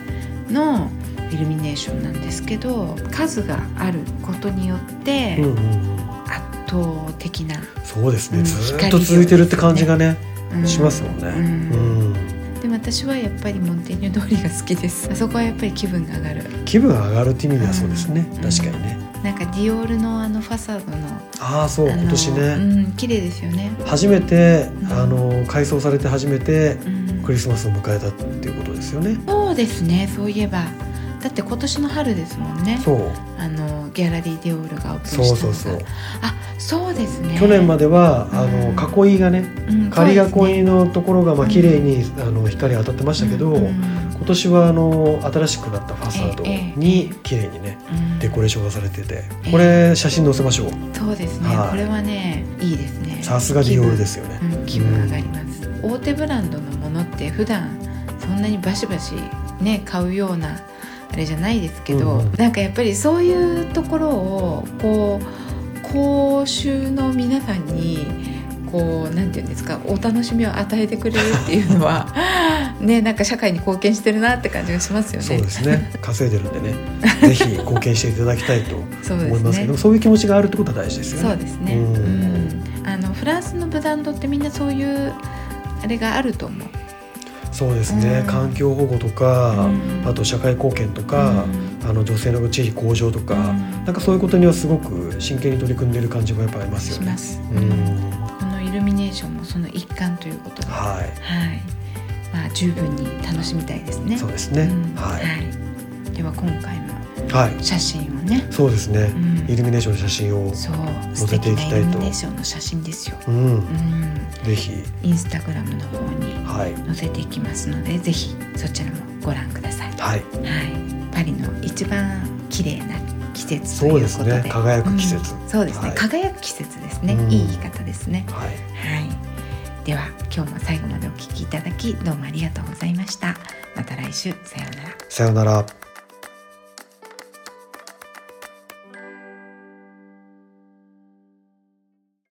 Speaker 1: のイルミネーションなんですけど数があることによって
Speaker 2: うんうんうん
Speaker 1: 圧倒的な、
Speaker 2: そうですね、
Speaker 1: うん
Speaker 2: ずーっと続いてるって感じがね
Speaker 1: うん
Speaker 2: しますもんね、
Speaker 1: うん
Speaker 2: うん
Speaker 1: で私はやっぱりモンテーニュ通りが好きですあそこはやっぱり気分が上がる
Speaker 2: 気分が上がるって意味ではそうですね、
Speaker 1: うん
Speaker 2: 確かにね
Speaker 1: なんかディオールのあのファサードの
Speaker 2: ああそう
Speaker 1: あの
Speaker 2: 今年ね、
Speaker 1: うん綺麗ですよね、
Speaker 2: 初めて、
Speaker 1: うん
Speaker 2: あの改装されて初めて
Speaker 1: うん
Speaker 2: クリスマスを迎えたっていうことですよね、
Speaker 1: そうですねそういえばだって今年の春ですもんね
Speaker 2: そう
Speaker 1: あのギャラリーディオールがオープンした
Speaker 2: そう
Speaker 1: のが
Speaker 2: そうそう、
Speaker 1: あそうですね
Speaker 2: 去年まではあ
Speaker 1: うん
Speaker 2: の囲いがね
Speaker 1: うん
Speaker 2: 仮
Speaker 1: そうです
Speaker 2: 囲い
Speaker 1: ね
Speaker 2: のところがまあ
Speaker 1: うん
Speaker 2: 綺麗にあの光が当たってましたけど、
Speaker 1: うんうん
Speaker 2: 今年はあの新しくなったファサード
Speaker 1: ええええ
Speaker 2: に綺麗にね
Speaker 1: うん
Speaker 2: デコレーションがされてて
Speaker 1: ええ
Speaker 2: これ写真載せましょう
Speaker 1: そうですね、
Speaker 2: はい
Speaker 1: これはねいいですね
Speaker 2: さすがディオールですよね
Speaker 1: 気分,、うん、気分上がります、大手ブランドのものって普段そんなにバシバシね買うようなあれじゃないですけど、
Speaker 2: うんうん
Speaker 1: なんかやっぱりそういうところをこう公衆の皆さんにこうなんていうんですかお楽しみを与えてくれるっていうのは ねなんか社会に貢献してるなって感じがしますよね。
Speaker 2: そうですね稼いでるんでねぜひ貢献していただきたいと
Speaker 1: そうですね
Speaker 2: 思いますけどそういう気持ちがあるってことは大事ですよね
Speaker 1: そうですね。
Speaker 2: う
Speaker 1: うんん、あのフランスのブランドってみんなそういうあれがあると思う。
Speaker 2: そうですね
Speaker 1: うん
Speaker 2: 環境保護とか
Speaker 1: うん
Speaker 2: あと社会貢献とか
Speaker 1: うん
Speaker 2: あの女性の地位向上とか
Speaker 1: うん
Speaker 2: なんかそういうことにはすごく真剣に取り組んでる感じがやっぱありますよ
Speaker 1: し
Speaker 2: ね
Speaker 1: ま。す。
Speaker 2: う
Speaker 1: うん
Speaker 2: ん
Speaker 1: このイルミネーションもその一環ということで、は。
Speaker 2: はい
Speaker 1: まあ十分に楽しみたいですね。
Speaker 2: い、そうですね、
Speaker 1: うん
Speaker 2: は
Speaker 1: はいでは今回も
Speaker 2: い、はい、
Speaker 1: 写真をね、
Speaker 2: そうですね
Speaker 1: う、ん
Speaker 2: イルミネーションの写真を、
Speaker 1: そう
Speaker 2: 載
Speaker 1: 素
Speaker 2: せて
Speaker 1: 敵
Speaker 2: い
Speaker 1: な
Speaker 2: き
Speaker 1: イ
Speaker 2: たいと
Speaker 1: ルミネーションの写真ですよ。
Speaker 2: うん
Speaker 1: う、ん、
Speaker 2: ぜひ、
Speaker 1: インスタグラムの方に
Speaker 2: はい、
Speaker 1: 載せていきますので、ぜひそちらもご覧ください。
Speaker 2: は
Speaker 1: は
Speaker 2: い、
Speaker 1: い、パリの一番綺麗な季節と
Speaker 2: そう
Speaker 1: い
Speaker 2: で
Speaker 1: うこ
Speaker 2: す
Speaker 1: とで
Speaker 2: ね、輝く季節、
Speaker 1: うんそうですね、
Speaker 2: はい
Speaker 1: 輝く季節ですね、
Speaker 2: うん
Speaker 1: いい言い方ですね
Speaker 2: はい、
Speaker 1: はいでは今日も最後までお聞きいただきどうもありがとうございましたまた来週さようなら
Speaker 2: さようなら。